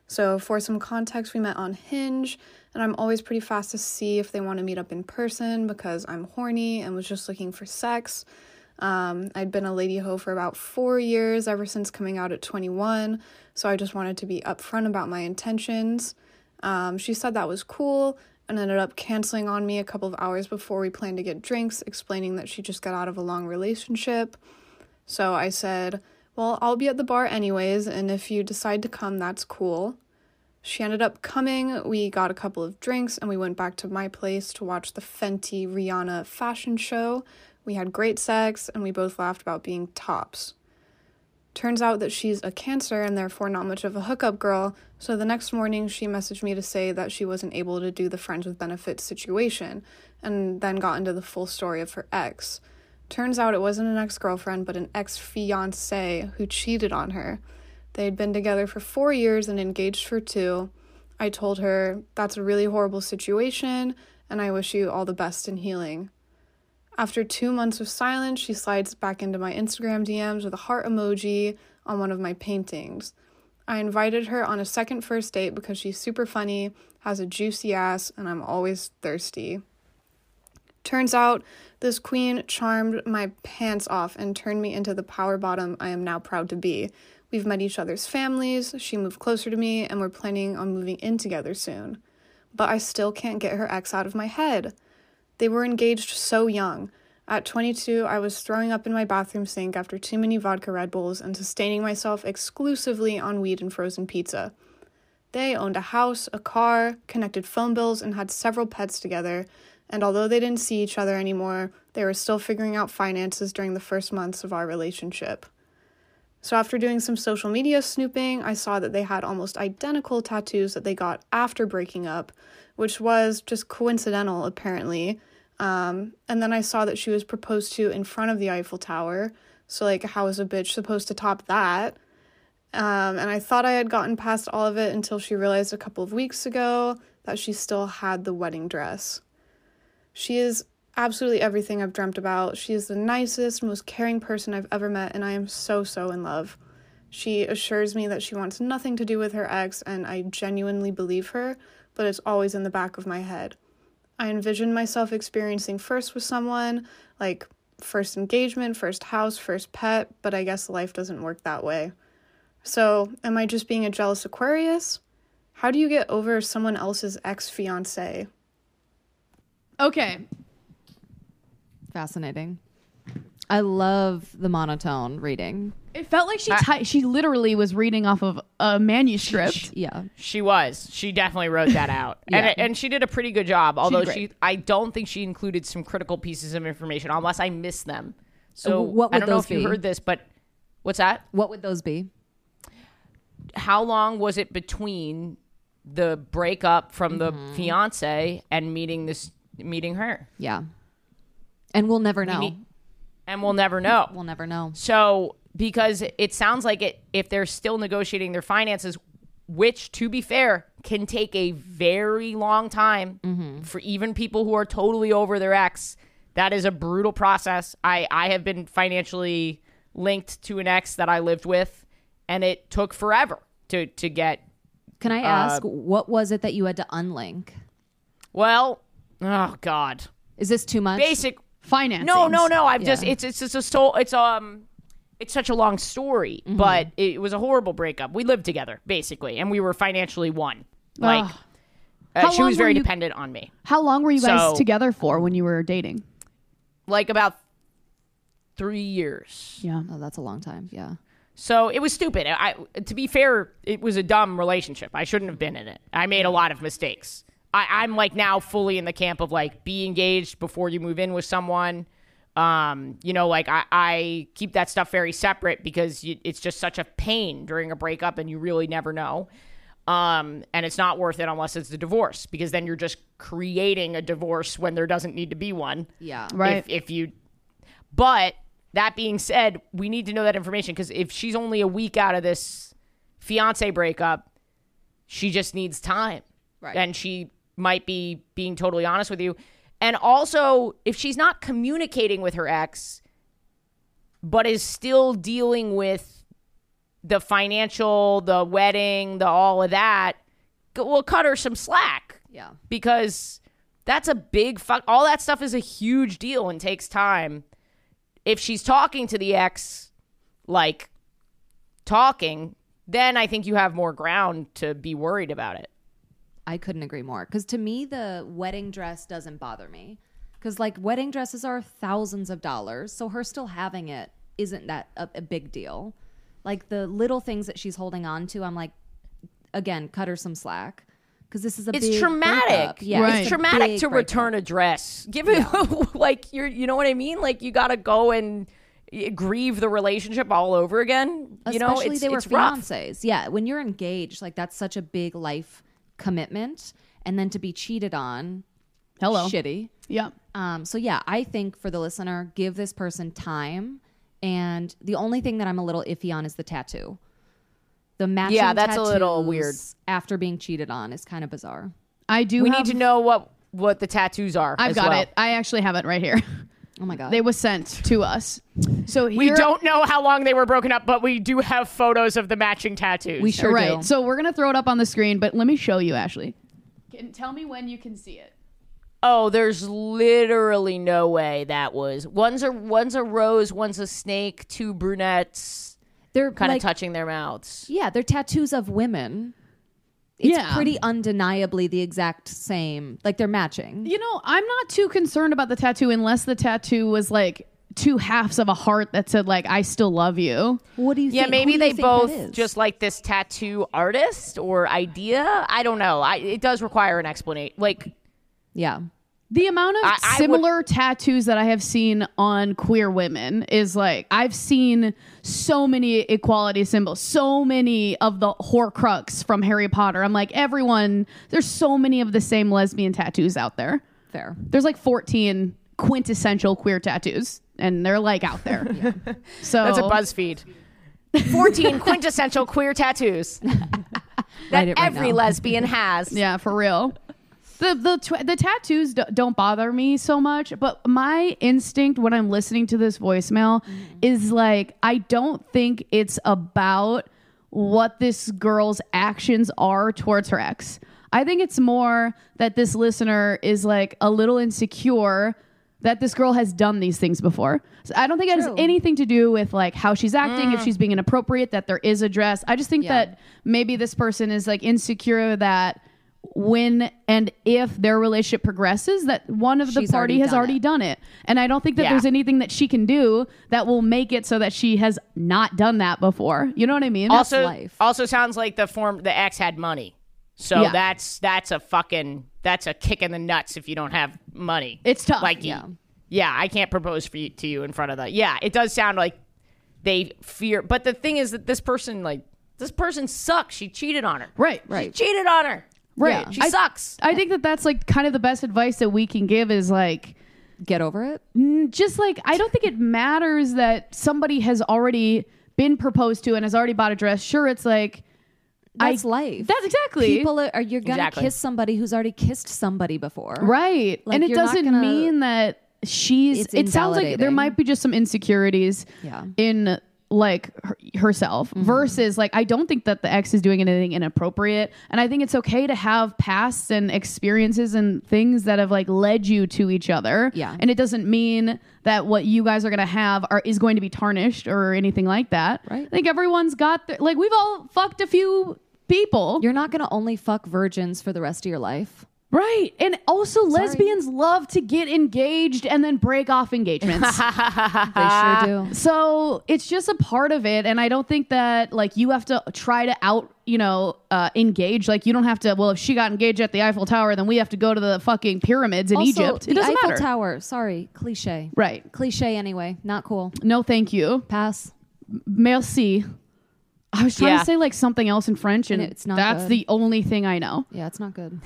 So, for some context, we met on Hinge, and I'm always pretty fast to see if they want to meet up in person because I'm horny and was just looking for sex. Um, I'd been a lady ho for about four years, ever since coming out at 21, so I just wanted to be upfront about my intentions. Um, she said that was cool and ended up canceling on me a couple of hours before we planned to get drinks, explaining that she just got out of a long relationship. So I said, Well, I'll be at the bar anyways, and if you decide to come, that's cool. She ended up coming, we got a couple of drinks, and we went back to my place to watch the Fenty Rihanna fashion show. We had great sex, and we both laughed about being tops. Turns out that she's a cancer and therefore not much of a hookup girl, so the next morning she messaged me to say that she wasn't able to do the friends with benefits situation, and then got into the full story of her ex. Turns out it wasn't an ex girlfriend, but an ex fiance who cheated on her. They had been together for four years and engaged for two. I told her, That's a really horrible situation, and I wish you all the best in healing. After two months of silence, she slides back into my Instagram DMs with a heart emoji on one of my paintings. I invited her on a second first date because she's super funny, has a juicy ass, and I'm always thirsty. Turns out this queen charmed my pants off and turned me into the power bottom I am now proud to be. We've met each other's families, she moved closer to me, and we're planning on moving in together soon. But I still can't get her ex out of my head. They were engaged so young. At 22, I was throwing up in my bathroom sink after too many vodka Red Bulls and sustaining myself exclusively on weed and frozen pizza. They owned a house, a car, connected phone bills, and had several pets together. And although they didn't see each other anymore, they were still figuring out finances during the first months of our relationship. So, after doing some social media snooping, I saw that they had almost identical tattoos that they got after breaking up, which was just coincidental, apparently. Um, and then I saw that she was proposed to in front of the Eiffel Tower. So, like, how is a bitch supposed to top that? Um, and I thought I had gotten past all of it until she realized a couple of weeks ago that she still had the wedding dress. She is absolutely everything I've dreamt about. She is the nicest, most caring person I've ever met, and I am so, so in love. She assures me that she wants nothing to do with her ex, and I genuinely believe her, but it's always in the back of my head. I envision myself experiencing first with someone, like first engagement, first house, first pet, but I guess life doesn't work that way. So, am I just being a jealous Aquarius? How do you get over someone else's ex fiance?
Okay.
Fascinating. I love the monotone reading.
It felt like she ty- she literally was reading off of a manuscript.
Yeah.
She was. She definitely wrote that out,
[LAUGHS]
and
Yeah.
and she did a pretty good job. Although she,
great.
I don't think she included some critical pieces of information, unless I missed them. So
What would
I don't know
those
if
be?
you heard this, but what's that?
What would those be?
How long was it between the breakup from
Mm-hmm.
the fiance and meeting this meeting her?
Yeah. And we'll never know.
need- And we'll never know.
we'll never know.
So because it sounds like it, if they're still negotiating their finances, which to be fair can take a very long time for even people who are totally over their ex. That is a brutal process. I I have been financially linked to an ex that I lived with, and it took forever to to get.
Can I ask what was it that you had to unlink?
Well, oh god,
Is this too much?
basic.
Financing.
No, no, no. I've just it's it's just a soul. It's um, it's such a long story,
Mm-hmm.
but it was a horrible breakup. We lived together basically, and we were financially one. Like
Ugh.
uh,
How
she
long
was very
were you-
dependent on me.
How long were you guys
So-
together for when you were dating?
Like about three years.
Yeah.
Oh, that's a long time. Yeah.
So it was stupid. I to be fair, it was a dumb relationship. I shouldn't have been in it. I made a lot of mistakes. I, I'm like now fully in the camp of like be engaged before you move in with someone. Um, you know, like I, I keep that stuff very separate because you, it's just such a pain during a breakup, and you really never know. Um, and it's not worth it unless it's the divorce because then you're just creating a divorce when there doesn't need to be one
Yeah.
Right.
if, if you but that being said we need to know that information because if she's only a week out of this fiance breakup she just needs time
Right.
and she might be being totally honest with you and also if she's not communicating with her ex but is still dealing with the financial the wedding the all of that g- we'll cut her some slack
Yeah.
because that's a big fuck. All that stuff is a huge deal and takes time. if she's talking to the ex, like talking, then I think you have more ground to be worried about it.
I couldn't agree more. Because to me, the wedding dress doesn't bother me. Because like wedding dresses are thousands of dollars, so her still having it isn't that a, a big deal. Like the little things that she's holding on to, I'm like, again, cut her some slack. Because this is a
It's
big
traumatic.
breakup. Yeah,
Right.
It's
a
traumatic
big
to
breakup.
return a dress. Given [LAUGHS] like you're, you know what I mean. Like you got to go and grieve the relationship all over again. you know,
especially
it's,
they were
it's rough.
fiancés. Yeah, when you're engaged, like that's such a big life commitment, and then to be cheated on,
Hello.
shitty.
Yeah.
Um, so yeah, I think for the listener, give this person time. And the only thing that I'm a little iffy on is the tattoo. The matching
Yeah, that's a little
tattoos
weird.
After being cheated on is kind of bizarre.
I do.
We
have-
Um,
need to know what what the tattoos are.
I've
as
got
well.
it. I actually have it right here. [LAUGHS]
Oh my god.
They was sent to us. So here,
We don't know how long they were broken up, but we do have photos of the matching tattoos.
we sure
right.
do.
So we're gonna throw it up on the screen, but let me show you, Ashley. Can tell me when you can see it.
oh, there's literally no way that was one's a one's a rose, one's a snake, two brunettes,
they're
kind of
like-
touching their mouths.
Yeah, they're tattoos of women. It's
Yeah.
pretty undeniably the exact same. Like they're matching.
You know, I'm not too concerned about the tattoo unless the tattoo was like two halves of a heart that said like I still love you.
What do you
Yeah,
think?
maybe
who do you
they
think that
both
is?
just like this tattoo artist or idea. I don't know. I, it does require an explanation. Like,
Yeah.
The amount of
I- I would-
similar tattoos that I have seen on queer women is like I've seen so many equality symbols, so many of the Horcrux from Harry Potter. I'm like everyone. There's so many of the same lesbian tattoos out there.
Fair.
There's like 14 quintessential queer tattoos, and they're like out there.
[LAUGHS]
So
that's a
Oh.
BuzzFeed.
[LAUGHS]
14 quintessential queer tattoos that
it right
every
now.
lesbian has.
Yeah, for real. The the tw- the tattoos d- don't bother me so much, but my instinct when I'm listening to this voicemail
Mm-hmm.
is like I don't think it's about what this girl's actions are towards her ex. I think it's more that this listener is like a little insecure that this girl has done these things before. So I don't think it has
True. Mm.
anything to do with like how she's acting, if she's being inappropriate, that there is a dress. I just think
Yeah.
that maybe this person is like insecure that when and if their relationship progresses that one of the
She's
party
already
has
done
already
it.
done it and i don't think that
Yeah.
there's anything that she can do that will make it so that she has not done that before you know what i mean
also
life.
also sounds like the form the ex had money so
Yeah.
that's that's a fucking that's a kick in the nuts if you don't have money
It's tough.
like yeah, yeah i can't propose for you, to you in front of the yeah it does sound like they fear but the thing is that this person like this person sucks she cheated on her
right
she cheated on her
right
she
I,
sucks
I think that that's like kind of the best advice that we can give is like
Get over it.
just like I don't think it matters that somebody has already been proposed to and has already bought a dress. Sure, it's like
That's
I-
life.
That's exactly
people are, are you're gonna
Exactly.
kiss somebody who's already kissed somebody before
right,
Like,
and it
you're not
doesn't
gonna-
mean that she's.
It's
it sounds like there
invalidating.
might be just some insecurities
Yeah. Mm-hmm.
in like her, herself versus like I don't think that the ex is doing anything inappropriate, and I think it's okay to have pasts and experiences and things that have like led you to each other.
Yeah.
and it doesn't mean that what you guys are gonna have are is going to be tarnished or anything like that.
Right.
I think everyone's got their, like we've all fucked a few people.
you're not gonna only fuck virgins for the rest of your
[LAUGHS]
life
Right. And also, lesbians love to get engaged and then break
[LAUGHS]
off engagements.
they sure do
so it's just a part of it. And I don't think that, like, you have to try to out, you know, uh, engage. Like, you don't have to, well, if she got engaged at the Eiffel Tower, then we have to go to the fucking pyramids in
Also,
Egypt. It
the
doesn't
Eiffel
matter.
Tower sorry cliche
Right.
cliche anyway not cool
No, thank you.
pass
Merci. I was trying
Yeah.
to say, like, something else in French, and,
And it's not
that's
good.
the only thing I know.
yeah it's not good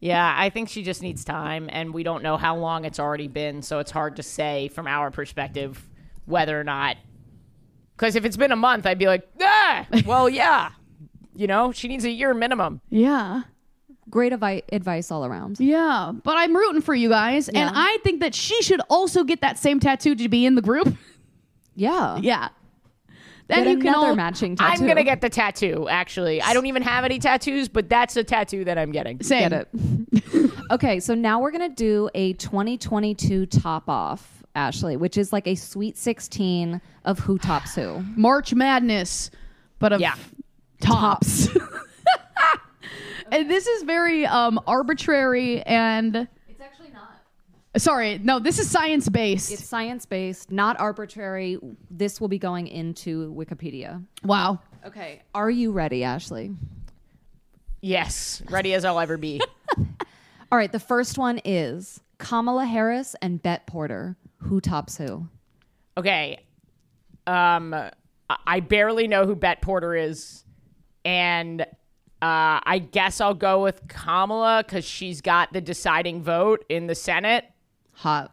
yeah i think she just needs time and we don't know how long it's already been so it's hard to say from our perspective whether or not because if it's been a month i'd be like ah, well yeah you know she needs a year minimum
Yeah.
great avi- advice all around
Yeah, but I'm rooting for you guys,
Yeah.
and I think that she should also get that same tattoo to be in the group. [LAUGHS]
yeah
yeah, then
Get
you can
another
all
matching
I'm
tattoo
gonna get the tattoo. Actually, I don't even have any tattoos, but that's a tattoo that I'm getting.
same.
it. okay, so now we're gonna do a 2022 top off Ashley, which is like a sweet 16 of who tops who.
[SIGHS] March Madness, but of
Yeah.
tops. [LAUGHS] and this is very um, arbitrary and.
It's actually not.
Sorry, no, this is science based.
It's science based, not arbitrary. This will be going into Wikipedia.
wow.
Okay. Are you ready, Ashley?
Yes, ready as I'll ever be.
All right. The first one is Kamala Harris and Bet Porter. Who tops who?
Okay. Um I- I barely know who Bet Porter is and uh I guess I'll go with Kamala cuz she's got the deciding vote in the Senate.
Hot.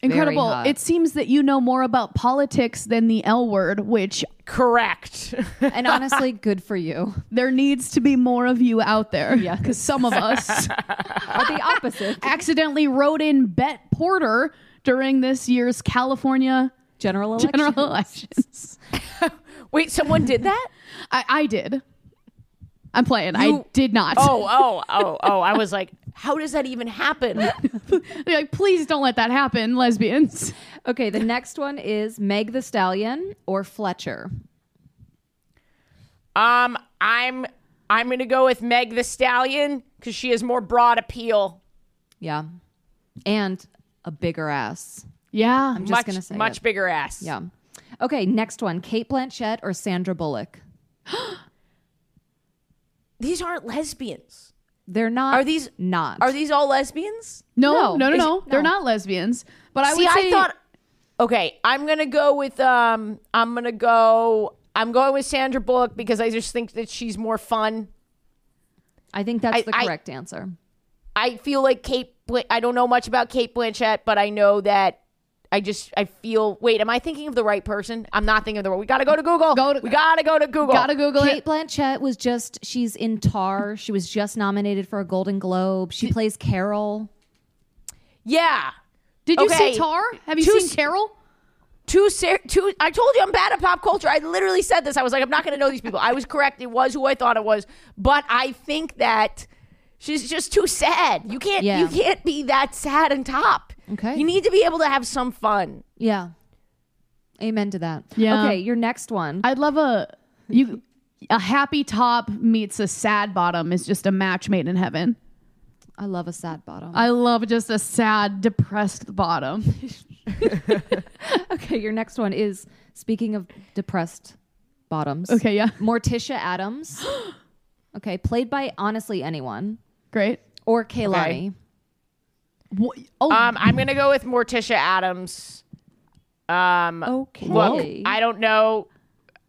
Very
Incredible.
hot.
It seems that you know more about politics than the L word, which
Correct. [LAUGHS]
and honestly, good for you.
there needs to be more of you out there. [LAUGHS] Yeah. Because some
[LAUGHS]
of us
Or the opposite.
accidentally wrote in Bet Porter during this year's California
General election.
[LAUGHS] general elections.
Wait, someone did that?
I, I did. I'm playing. I
You-
did not.
[LAUGHS] Oh, oh, oh, oh. I was like, how does that even
[LAUGHS]
happen?
They're like, please don't let that happen,
[LAUGHS]
lesbians.
Okay. The next one is Meg the Stallion or Fletcher.
Um I'm I'm going to go with Meg the Stallion cuz she has more broad appeal.
Yeah. And a bigger ass.
Yeah.
I'm just
much
gonna say
much
it.
bigger ass.
Yeah. Okay, next one. Kate Blanchett or Sandra Bullock?
These aren't lesbians.
They're not.
Are these-
not?
Are these all lesbians?
no,
No.
no, no, no,
Is-
They're
no.
not lesbians. But I
See,
would say
I thought. Okay, I'm gonna go with um. I'm gonna go. I'm going with Sandra Bullock because I just think that she's more fun.
I think that's
I-
the
I-
correct answer.
I feel like Kate. Bl- I don't know much about Kate Blanchett, but I know that. I just. I feel. Wait, am I thinking of the right person? I'm not thinking of the. right- We gotta go to Google.
Go to-
we gotta go to Google.
gotta Google
Kate
it.
Blanchett was just. She's in Tar. She was just nominated for a Golden Globe. She plays Carol.
Yeah.
Did you
Okay.
see Tar? Have you
Two
seen
s-
Carol?
Two, ser- two. I told you I'm bad at pop culture. I literally said this. I was like, I'm not going to know these people. I was correct. It was who I thought it was. But I think that she's just too sad. You can't.
Yeah.
You can't be that sad and top.
Okay.
You need to be able to have some fun.
Yeah. Amen to that.
Yeah.
Okay, your next one.
I'd love a you a happy top meets a sad bottom is just a match made in heaven.
I love a sad bottom.
I love just a sad, depressed
[LAUGHS]
bottom.
okay, your next one is speaking of depressed bottoms.
Okay, yeah.
Morticia Adams. okay, played by honestly anyone
Great.
or Kaylani.
Wha- Oh,
Um, I'm going to go with Morticia Adams. Um,
Okay.
look, I don't know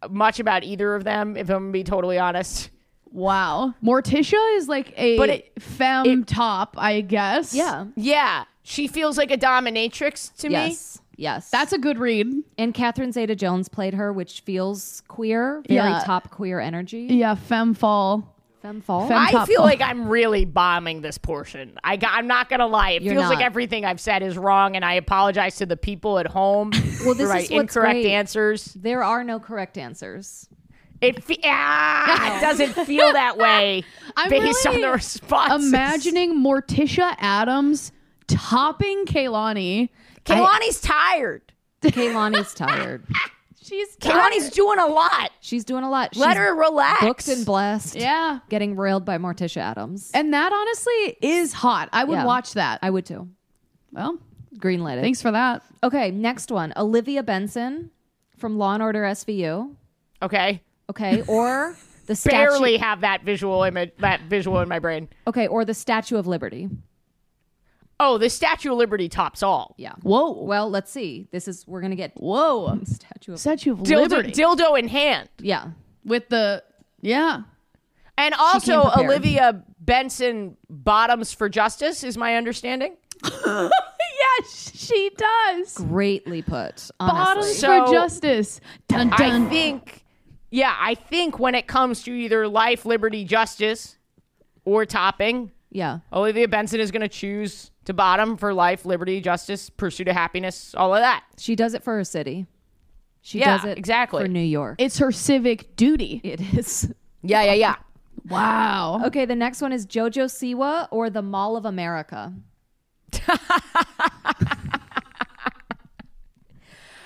much about either of them. If I'm going to be totally honest.
wow. Morticia is like a
But it-
femme top, I guess.
yeah.
Yeah. She feels like a dominatrix to me.
Yes. Yes.
That's a good read.
and Catherine Zeta Jones played her, which feels queer, very
Yeah.
top queer energy.
Yeah, femme fall.
Femme fall.
Femme-
I
top
feel
five.
like I'm really bombing this portion. I got, I'm not gonna lie. It
You're
feels like
not.
everything I've said is wrong, and I apologize to the people at home
[COUGHS] Well,
for
this
my
is what's
incorrect
great.
answers.
There are no correct answers.
It, fe- [LAUGHS] ah, it doesn't
[LAUGHS]
feel that way
I'm
based
really
on the responses. [LAUGHS]
Imagining Morticia Adams topping Kaylani.
Kaylani's tired.
[LAUGHS]
Kaylani's tired.
She's
Kaylani's doing a lot.
She's doing a lot. She's
Let her relax.
booked and blessed.
Yeah.
Getting railed by Morticia Adams.
And that honestly is hot. I would
Yeah.
watch that.
I would too.
well,
Greenlit it.
thanks for that.
Okay, next one. Olivia Benson from Law and Order SVU.
okay,
[LAUGHS]
Okay, or the statue.
barely have that visual image, that visual in my brain.
Okay, or the Statue of Liberty.
Oh, the Statue of Liberty tops all.
Yeah.
Whoa.
Well, let's see. This is we're gonna get
Whoa.
Statue of
Statue of
Dildo,
Liberty.
dildo in hand.
Yeah.
with the yeah.
And
came
also,
prepared.
Olivia Benson bottoms for justice, is my understanding.
Yes, she does.
Greatly put. Honestly.
Bottoms for
So-
justice. Dun dun.
I think, yeah, I think when it comes to either life, liberty, justice, or topping,
Yeah.
Olivia Benson is going to choose to bottom for life, liberty, justice, pursuit of happiness, all of that.
She does it for her city. She
Yeah,
does it
exactly.
for New York.
it's her civic duty.
It is.
Yeah, yeah, yeah.
Wow.
Okay, the next one is Jojo Siwa
[LAUGHS]
or the Mall of America.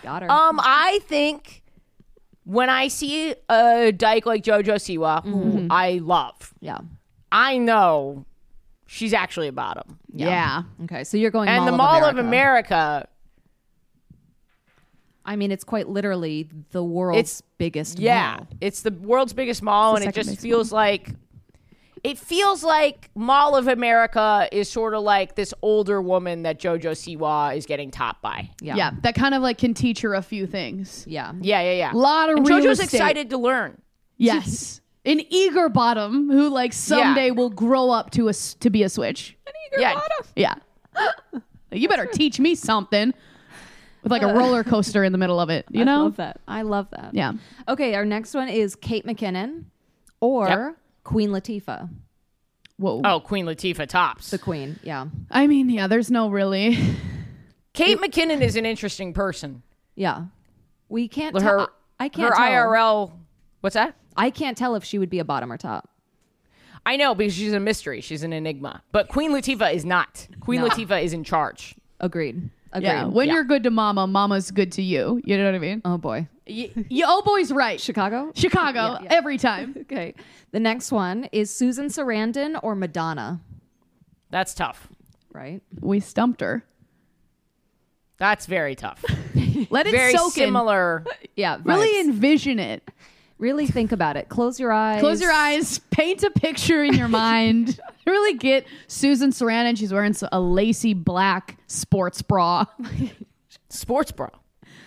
Got her.
Um, I think when I see a dyke like JoJo Siwa, who I love,
yeah.
I know she's actually a bottom.
Yeah.
Okay. So you're going
And
Mall
the
of
Mall
America.
of America,
I mean, it's quite literally the world's
It's-
biggest.
yeah,
mall.
it's the world's biggest mall,
It's the
and it
second biggest
just feels like it feels like Mall of America is sort of like this older woman that JoJo Siwa is getting topped by.
Yeah.
Yeah, that kind of like can teach her a few things.
Yeah.
Yeah, yeah, yeah.
A lot of
and
real
JoJo's
estate.
excited to learn.
Yes, an eager bottom who like someday will grow up to us to be a switch.
yeah,
Yeah, you better teach me something with like a roller coaster in the middle of it. You
I
know?
love that. I love that.
Yeah.
Okay. Our next one is Kate McKinnon or
Yep.
Queen Latifah,
Whoa.
Oh, Queen Latifah tops.
the Queen. Yeah.
I mean, yeah. There's no really. [LAUGHS]
Kate McKinnon is an interesting person.
Yeah. We can't
Her-
tell. I can't
Her
tell.
IRL, what's that?
I can't tell if she would be a bottom or top.
I know because she's a mystery. She's an enigma. But Queen Latifah is not. Queen Latifah is in charge.
Agreed. Agreed.
Yeah. When you're good to mama, mama's good to you. You know what I mean?
oh boy.
Y- y- oh boy's right.
Chicago?
Chicago every time.
[LAUGHS] Okay. The next one is Susan Sarandon or Madonna,
That's tough.
right?
We stumped her.
That's
[LAUGHS]
very tough.
Let it
Very
soak
similar.
Yeah.
in. Really
vibes.
envision it.
really think about it. Close your eyes.
Close your eyes. Paint a picture
[LAUGHS]
in your mind. really get Susan Sarandon. She's wearing a lacy black sports
[LAUGHS]
bra.
Sports bra.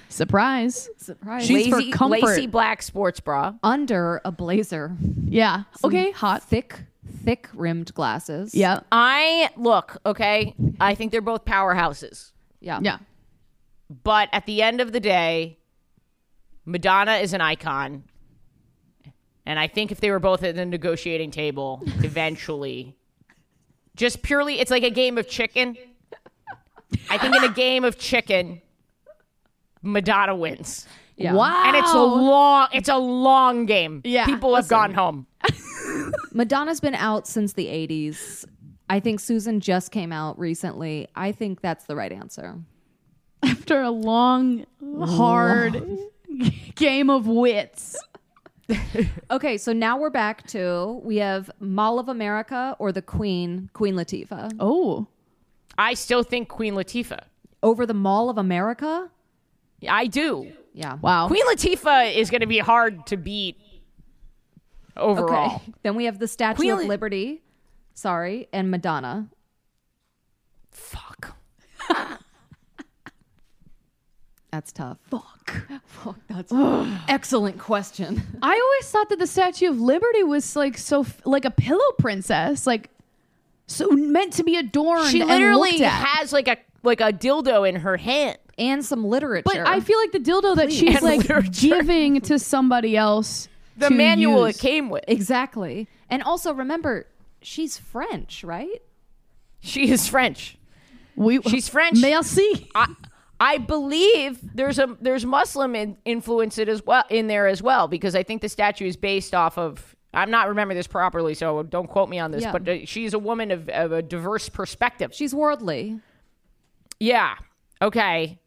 Surprise.
Surprise.
She's for
lazy,
comfort.
lacy black sports bra.
Under a blazer.
Yeah. Okay. Hot.
Thick, thick rimmed glasses.
Yeah.
I look, okay? I think they're both powerhouses.
Yeah.
Yeah.
But at the end of the day, Madonna is an icon. And I think if they were both at the
[LAUGHS]
negotiating table, eventually, just purely, it's like a game of chicken. I think in a game of chicken, Madonna wins.
Yeah.
Wow.
And it's a long, it's a long game.
Yeah,
People have gone home.
Madonna's been out since the 80s. I think Susan just came out recently. I think that's the right answer.
after a long, hard [LAUGHS] game of wits.
Okay, so now we're back to we have Mall of America or the Queen, Queen Latifah.
Oh.
I still think Queen Latifah.
Over the Mall of America?
I do.
Yeah.
Wow.
Queen Latifah is going to be hard to beat overall.
Okay. [LAUGHS] Then we have the Statue
Queen
of
Li-
Liberty. Sorry, and Madonna.
Fuck.
That's tough.
Fuck.
that's excellent question.
I always thought that the Statue of Liberty was like so f- like a pillow princess, like so meant to be adorned.
She
and
literally
looked at.
has like a like a dildo in her hand.
And some literature.
But I feel like the dildo that she's
And
like
literature.
giving to somebody else.
The
to
manual
use.
it came with.
exactly. And also remember, she's French, right?
She is French.
We,
She's French. Uh,
Merci.
I I believe there's a there's Muslim in, influence it as well in there as well because I think the statue is based off of. I'm not remembering this properly, so don't quote me on this.
Yeah.
But uh, she's a woman of, of a diverse perspective.
She's worldly.
yeah. Okay.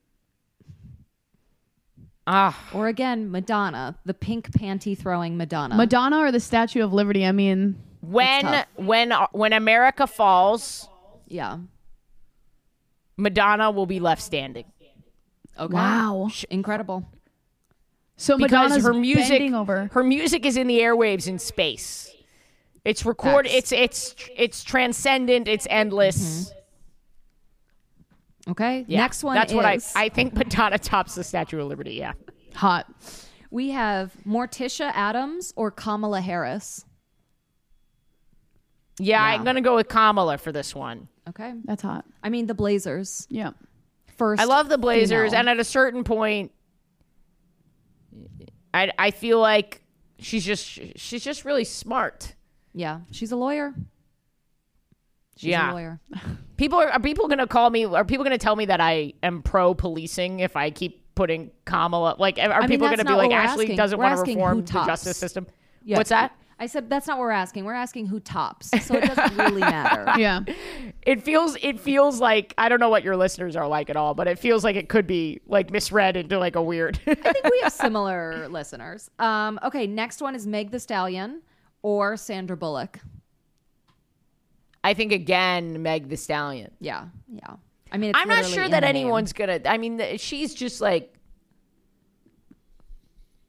Ah,
Or again, Madonna, the pink panty throwing Madonna.
Madonna or the Statue of Liberty. I mean,
when when uh, when America falls,
yeah.
Madonna will be left standing.
Okay.
wow.
Incredible.
So
because
Madonna's
her music
bending over.
her music is in the airwaves in space. It's record. It's it's it's transcendent. It's endless.
Okay.
Yeah.
Next one
That's what I
is-
I think. Madonna tops the Statue of Liberty. Yeah.
Hot.
we have Morticia Adams or Kamala Harris.
yeah, I'm gonna go with Kamala for this one.
Okay.
That's hot.
I mean the Blazers
Yeah.
first.
I love the Blazers,
female.
and at a certain point, I I feel like she's just she's just really smart.
Yeah, she's a lawyer. She's
Yeah.
a lawyer.
People are, are people gonna call me? Are people gonna tell me that I am pro policing if I keep putting Kamala? Like, are
mean,
people
that's
gonna be
not
like
what we're
Ashley
asking.
doesn't
We're
want to
asking
reform
who
the
tops.
justice system?
Yeah.
What's that?
I said that's not what we're asking. We're asking who tops. So it
[LAUGHS]
doesn't really matter.
Yeah.
It feels it feels like I don't know what your listeners are like at all, but it feels like it could be like misread into like a weird. [LAUGHS]
I think we have similar listeners. Um, okay, next one is Meg the Stallion or Sandra Bullock.
I think again, Meg the Stallion.
Yeah, yeah. I mean, it's
I'm not
literally
sure
in
that
the name.
anyone's gonna. I mean, th- she's just like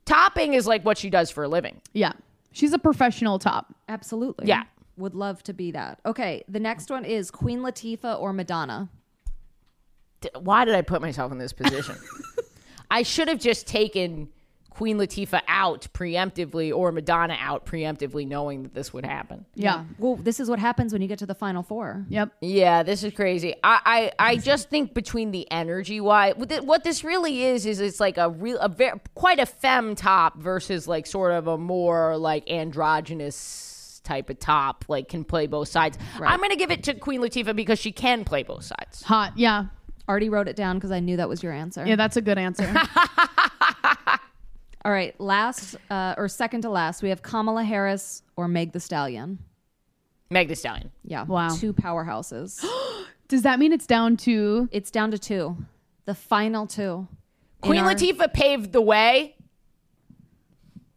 topping is like what she does for a living.
Yeah. She's a professional top.
absolutely.
Yeah.
would love to be that. Okay, the next one is Queen Latifah or Madonna.
D- Why did I put myself in this [LAUGHS] position? I should have just taken Queen Latifah out preemptively or Madonna out preemptively, knowing that this would happen.
Yeah.
Well, this is what happens when you get to the final four.
Yep.
Yeah, this is crazy. I, I, I just think between the energy, why what thi- what this really is is it's like a real a very, quite a femme top versus like sort of a more like androgynous type of top. Like can play both sides. I'm gonna give it to Queen Latifah because she can play both sides.
Hot. Yeah.
Already wrote it down because I knew that was your answer.
Yeah, that's a good
[LAUGHS]
answer.
All right, last uh, or second to last, we have Kamala Harris or Meg the Stallion.
Meg Thee Stallion.
Yeah,
Wow.
two
[GASPS]
powerhouses.
Does that mean it's down to
it's down to two, the final two. In
Queen
our-
Latifah paved the way.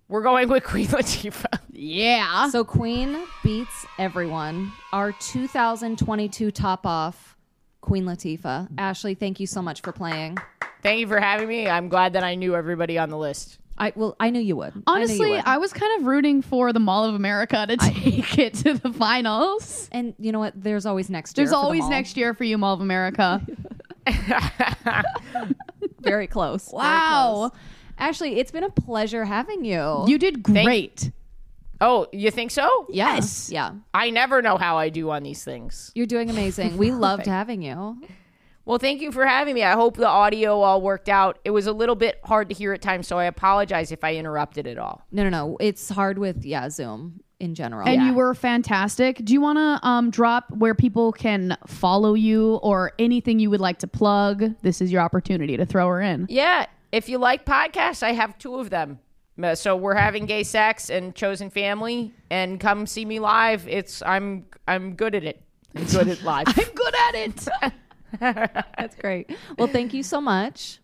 We're going with Queen [LAUGHS] Latifah.
Yeah.
So Queen beats everyone. Our 2022 top off, Queen Latifah. Ashley, thank you so much for playing.
Thank you for having me. I'm glad that I knew everybody on the list.
I well, I knew you would. I knew you
Honestly,
would.
I, was kind of rooting for the Mall of America to [LAUGHS] take it to the finals.
and you know what? There's always next year.
There's always next year for you, Mall of
[LAUGHS]
America.
Very close. very
Wow.
close. Ashley, it's been a pleasure having you.
You did great.
Oh, you think so?
yes. Yeah.
I never know how I do on these things.
You're doing amazing. [LAUGHS] We loved having you.
Well, thank you for having me. I hope the audio all worked out. It was a little bit hard to hear at times, so I apologize if I interrupted at all.
No, no, no. It's hard with yeah, Zoom in general.
and
Yeah.
you were fantastic. Do you want to um, drop where people can follow you or anything you would like to plug? This is your opportunity to throw her in.
Yeah, if you like podcasts, I have two of them. Uh, So we're having gay sex and chosen family, and come see me live. It's I'm I'm good at it. I'm good at live.
I'm good at it.
That's great. Well, thank you so much.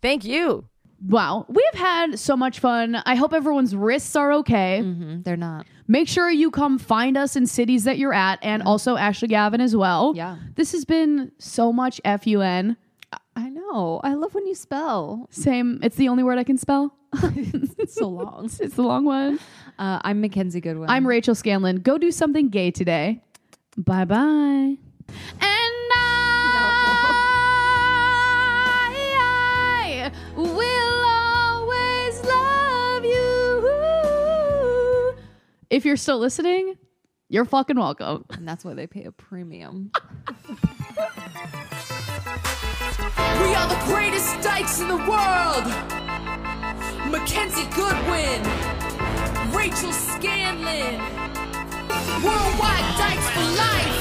thank you.
[LAUGHS] wow. We've had so much fun. I hope everyone's wrists are okay.
Mm, They're not.
Make sure you come find us in cities that you're at and also Ashley Gavin as well.
Yeah.
This has been so much FUN.
I know. I love when you spell. [LAUGHS]
Same. It's the only word I can spell.
It's so long.
It's the long one.
[LAUGHS] Uh, I'm Mackenzie Goodwin.
I'm Rachel Scanlon. Go do something gay today. Bye bye. And I, I will always love you. If you're still listening, you're fucking welcome.
and that's why they pay a premium.
[LAUGHS] We are the greatest dykes in the world. Mackenzie Goodwin, Rachel Scanlon, Worldwide Dykes for Life.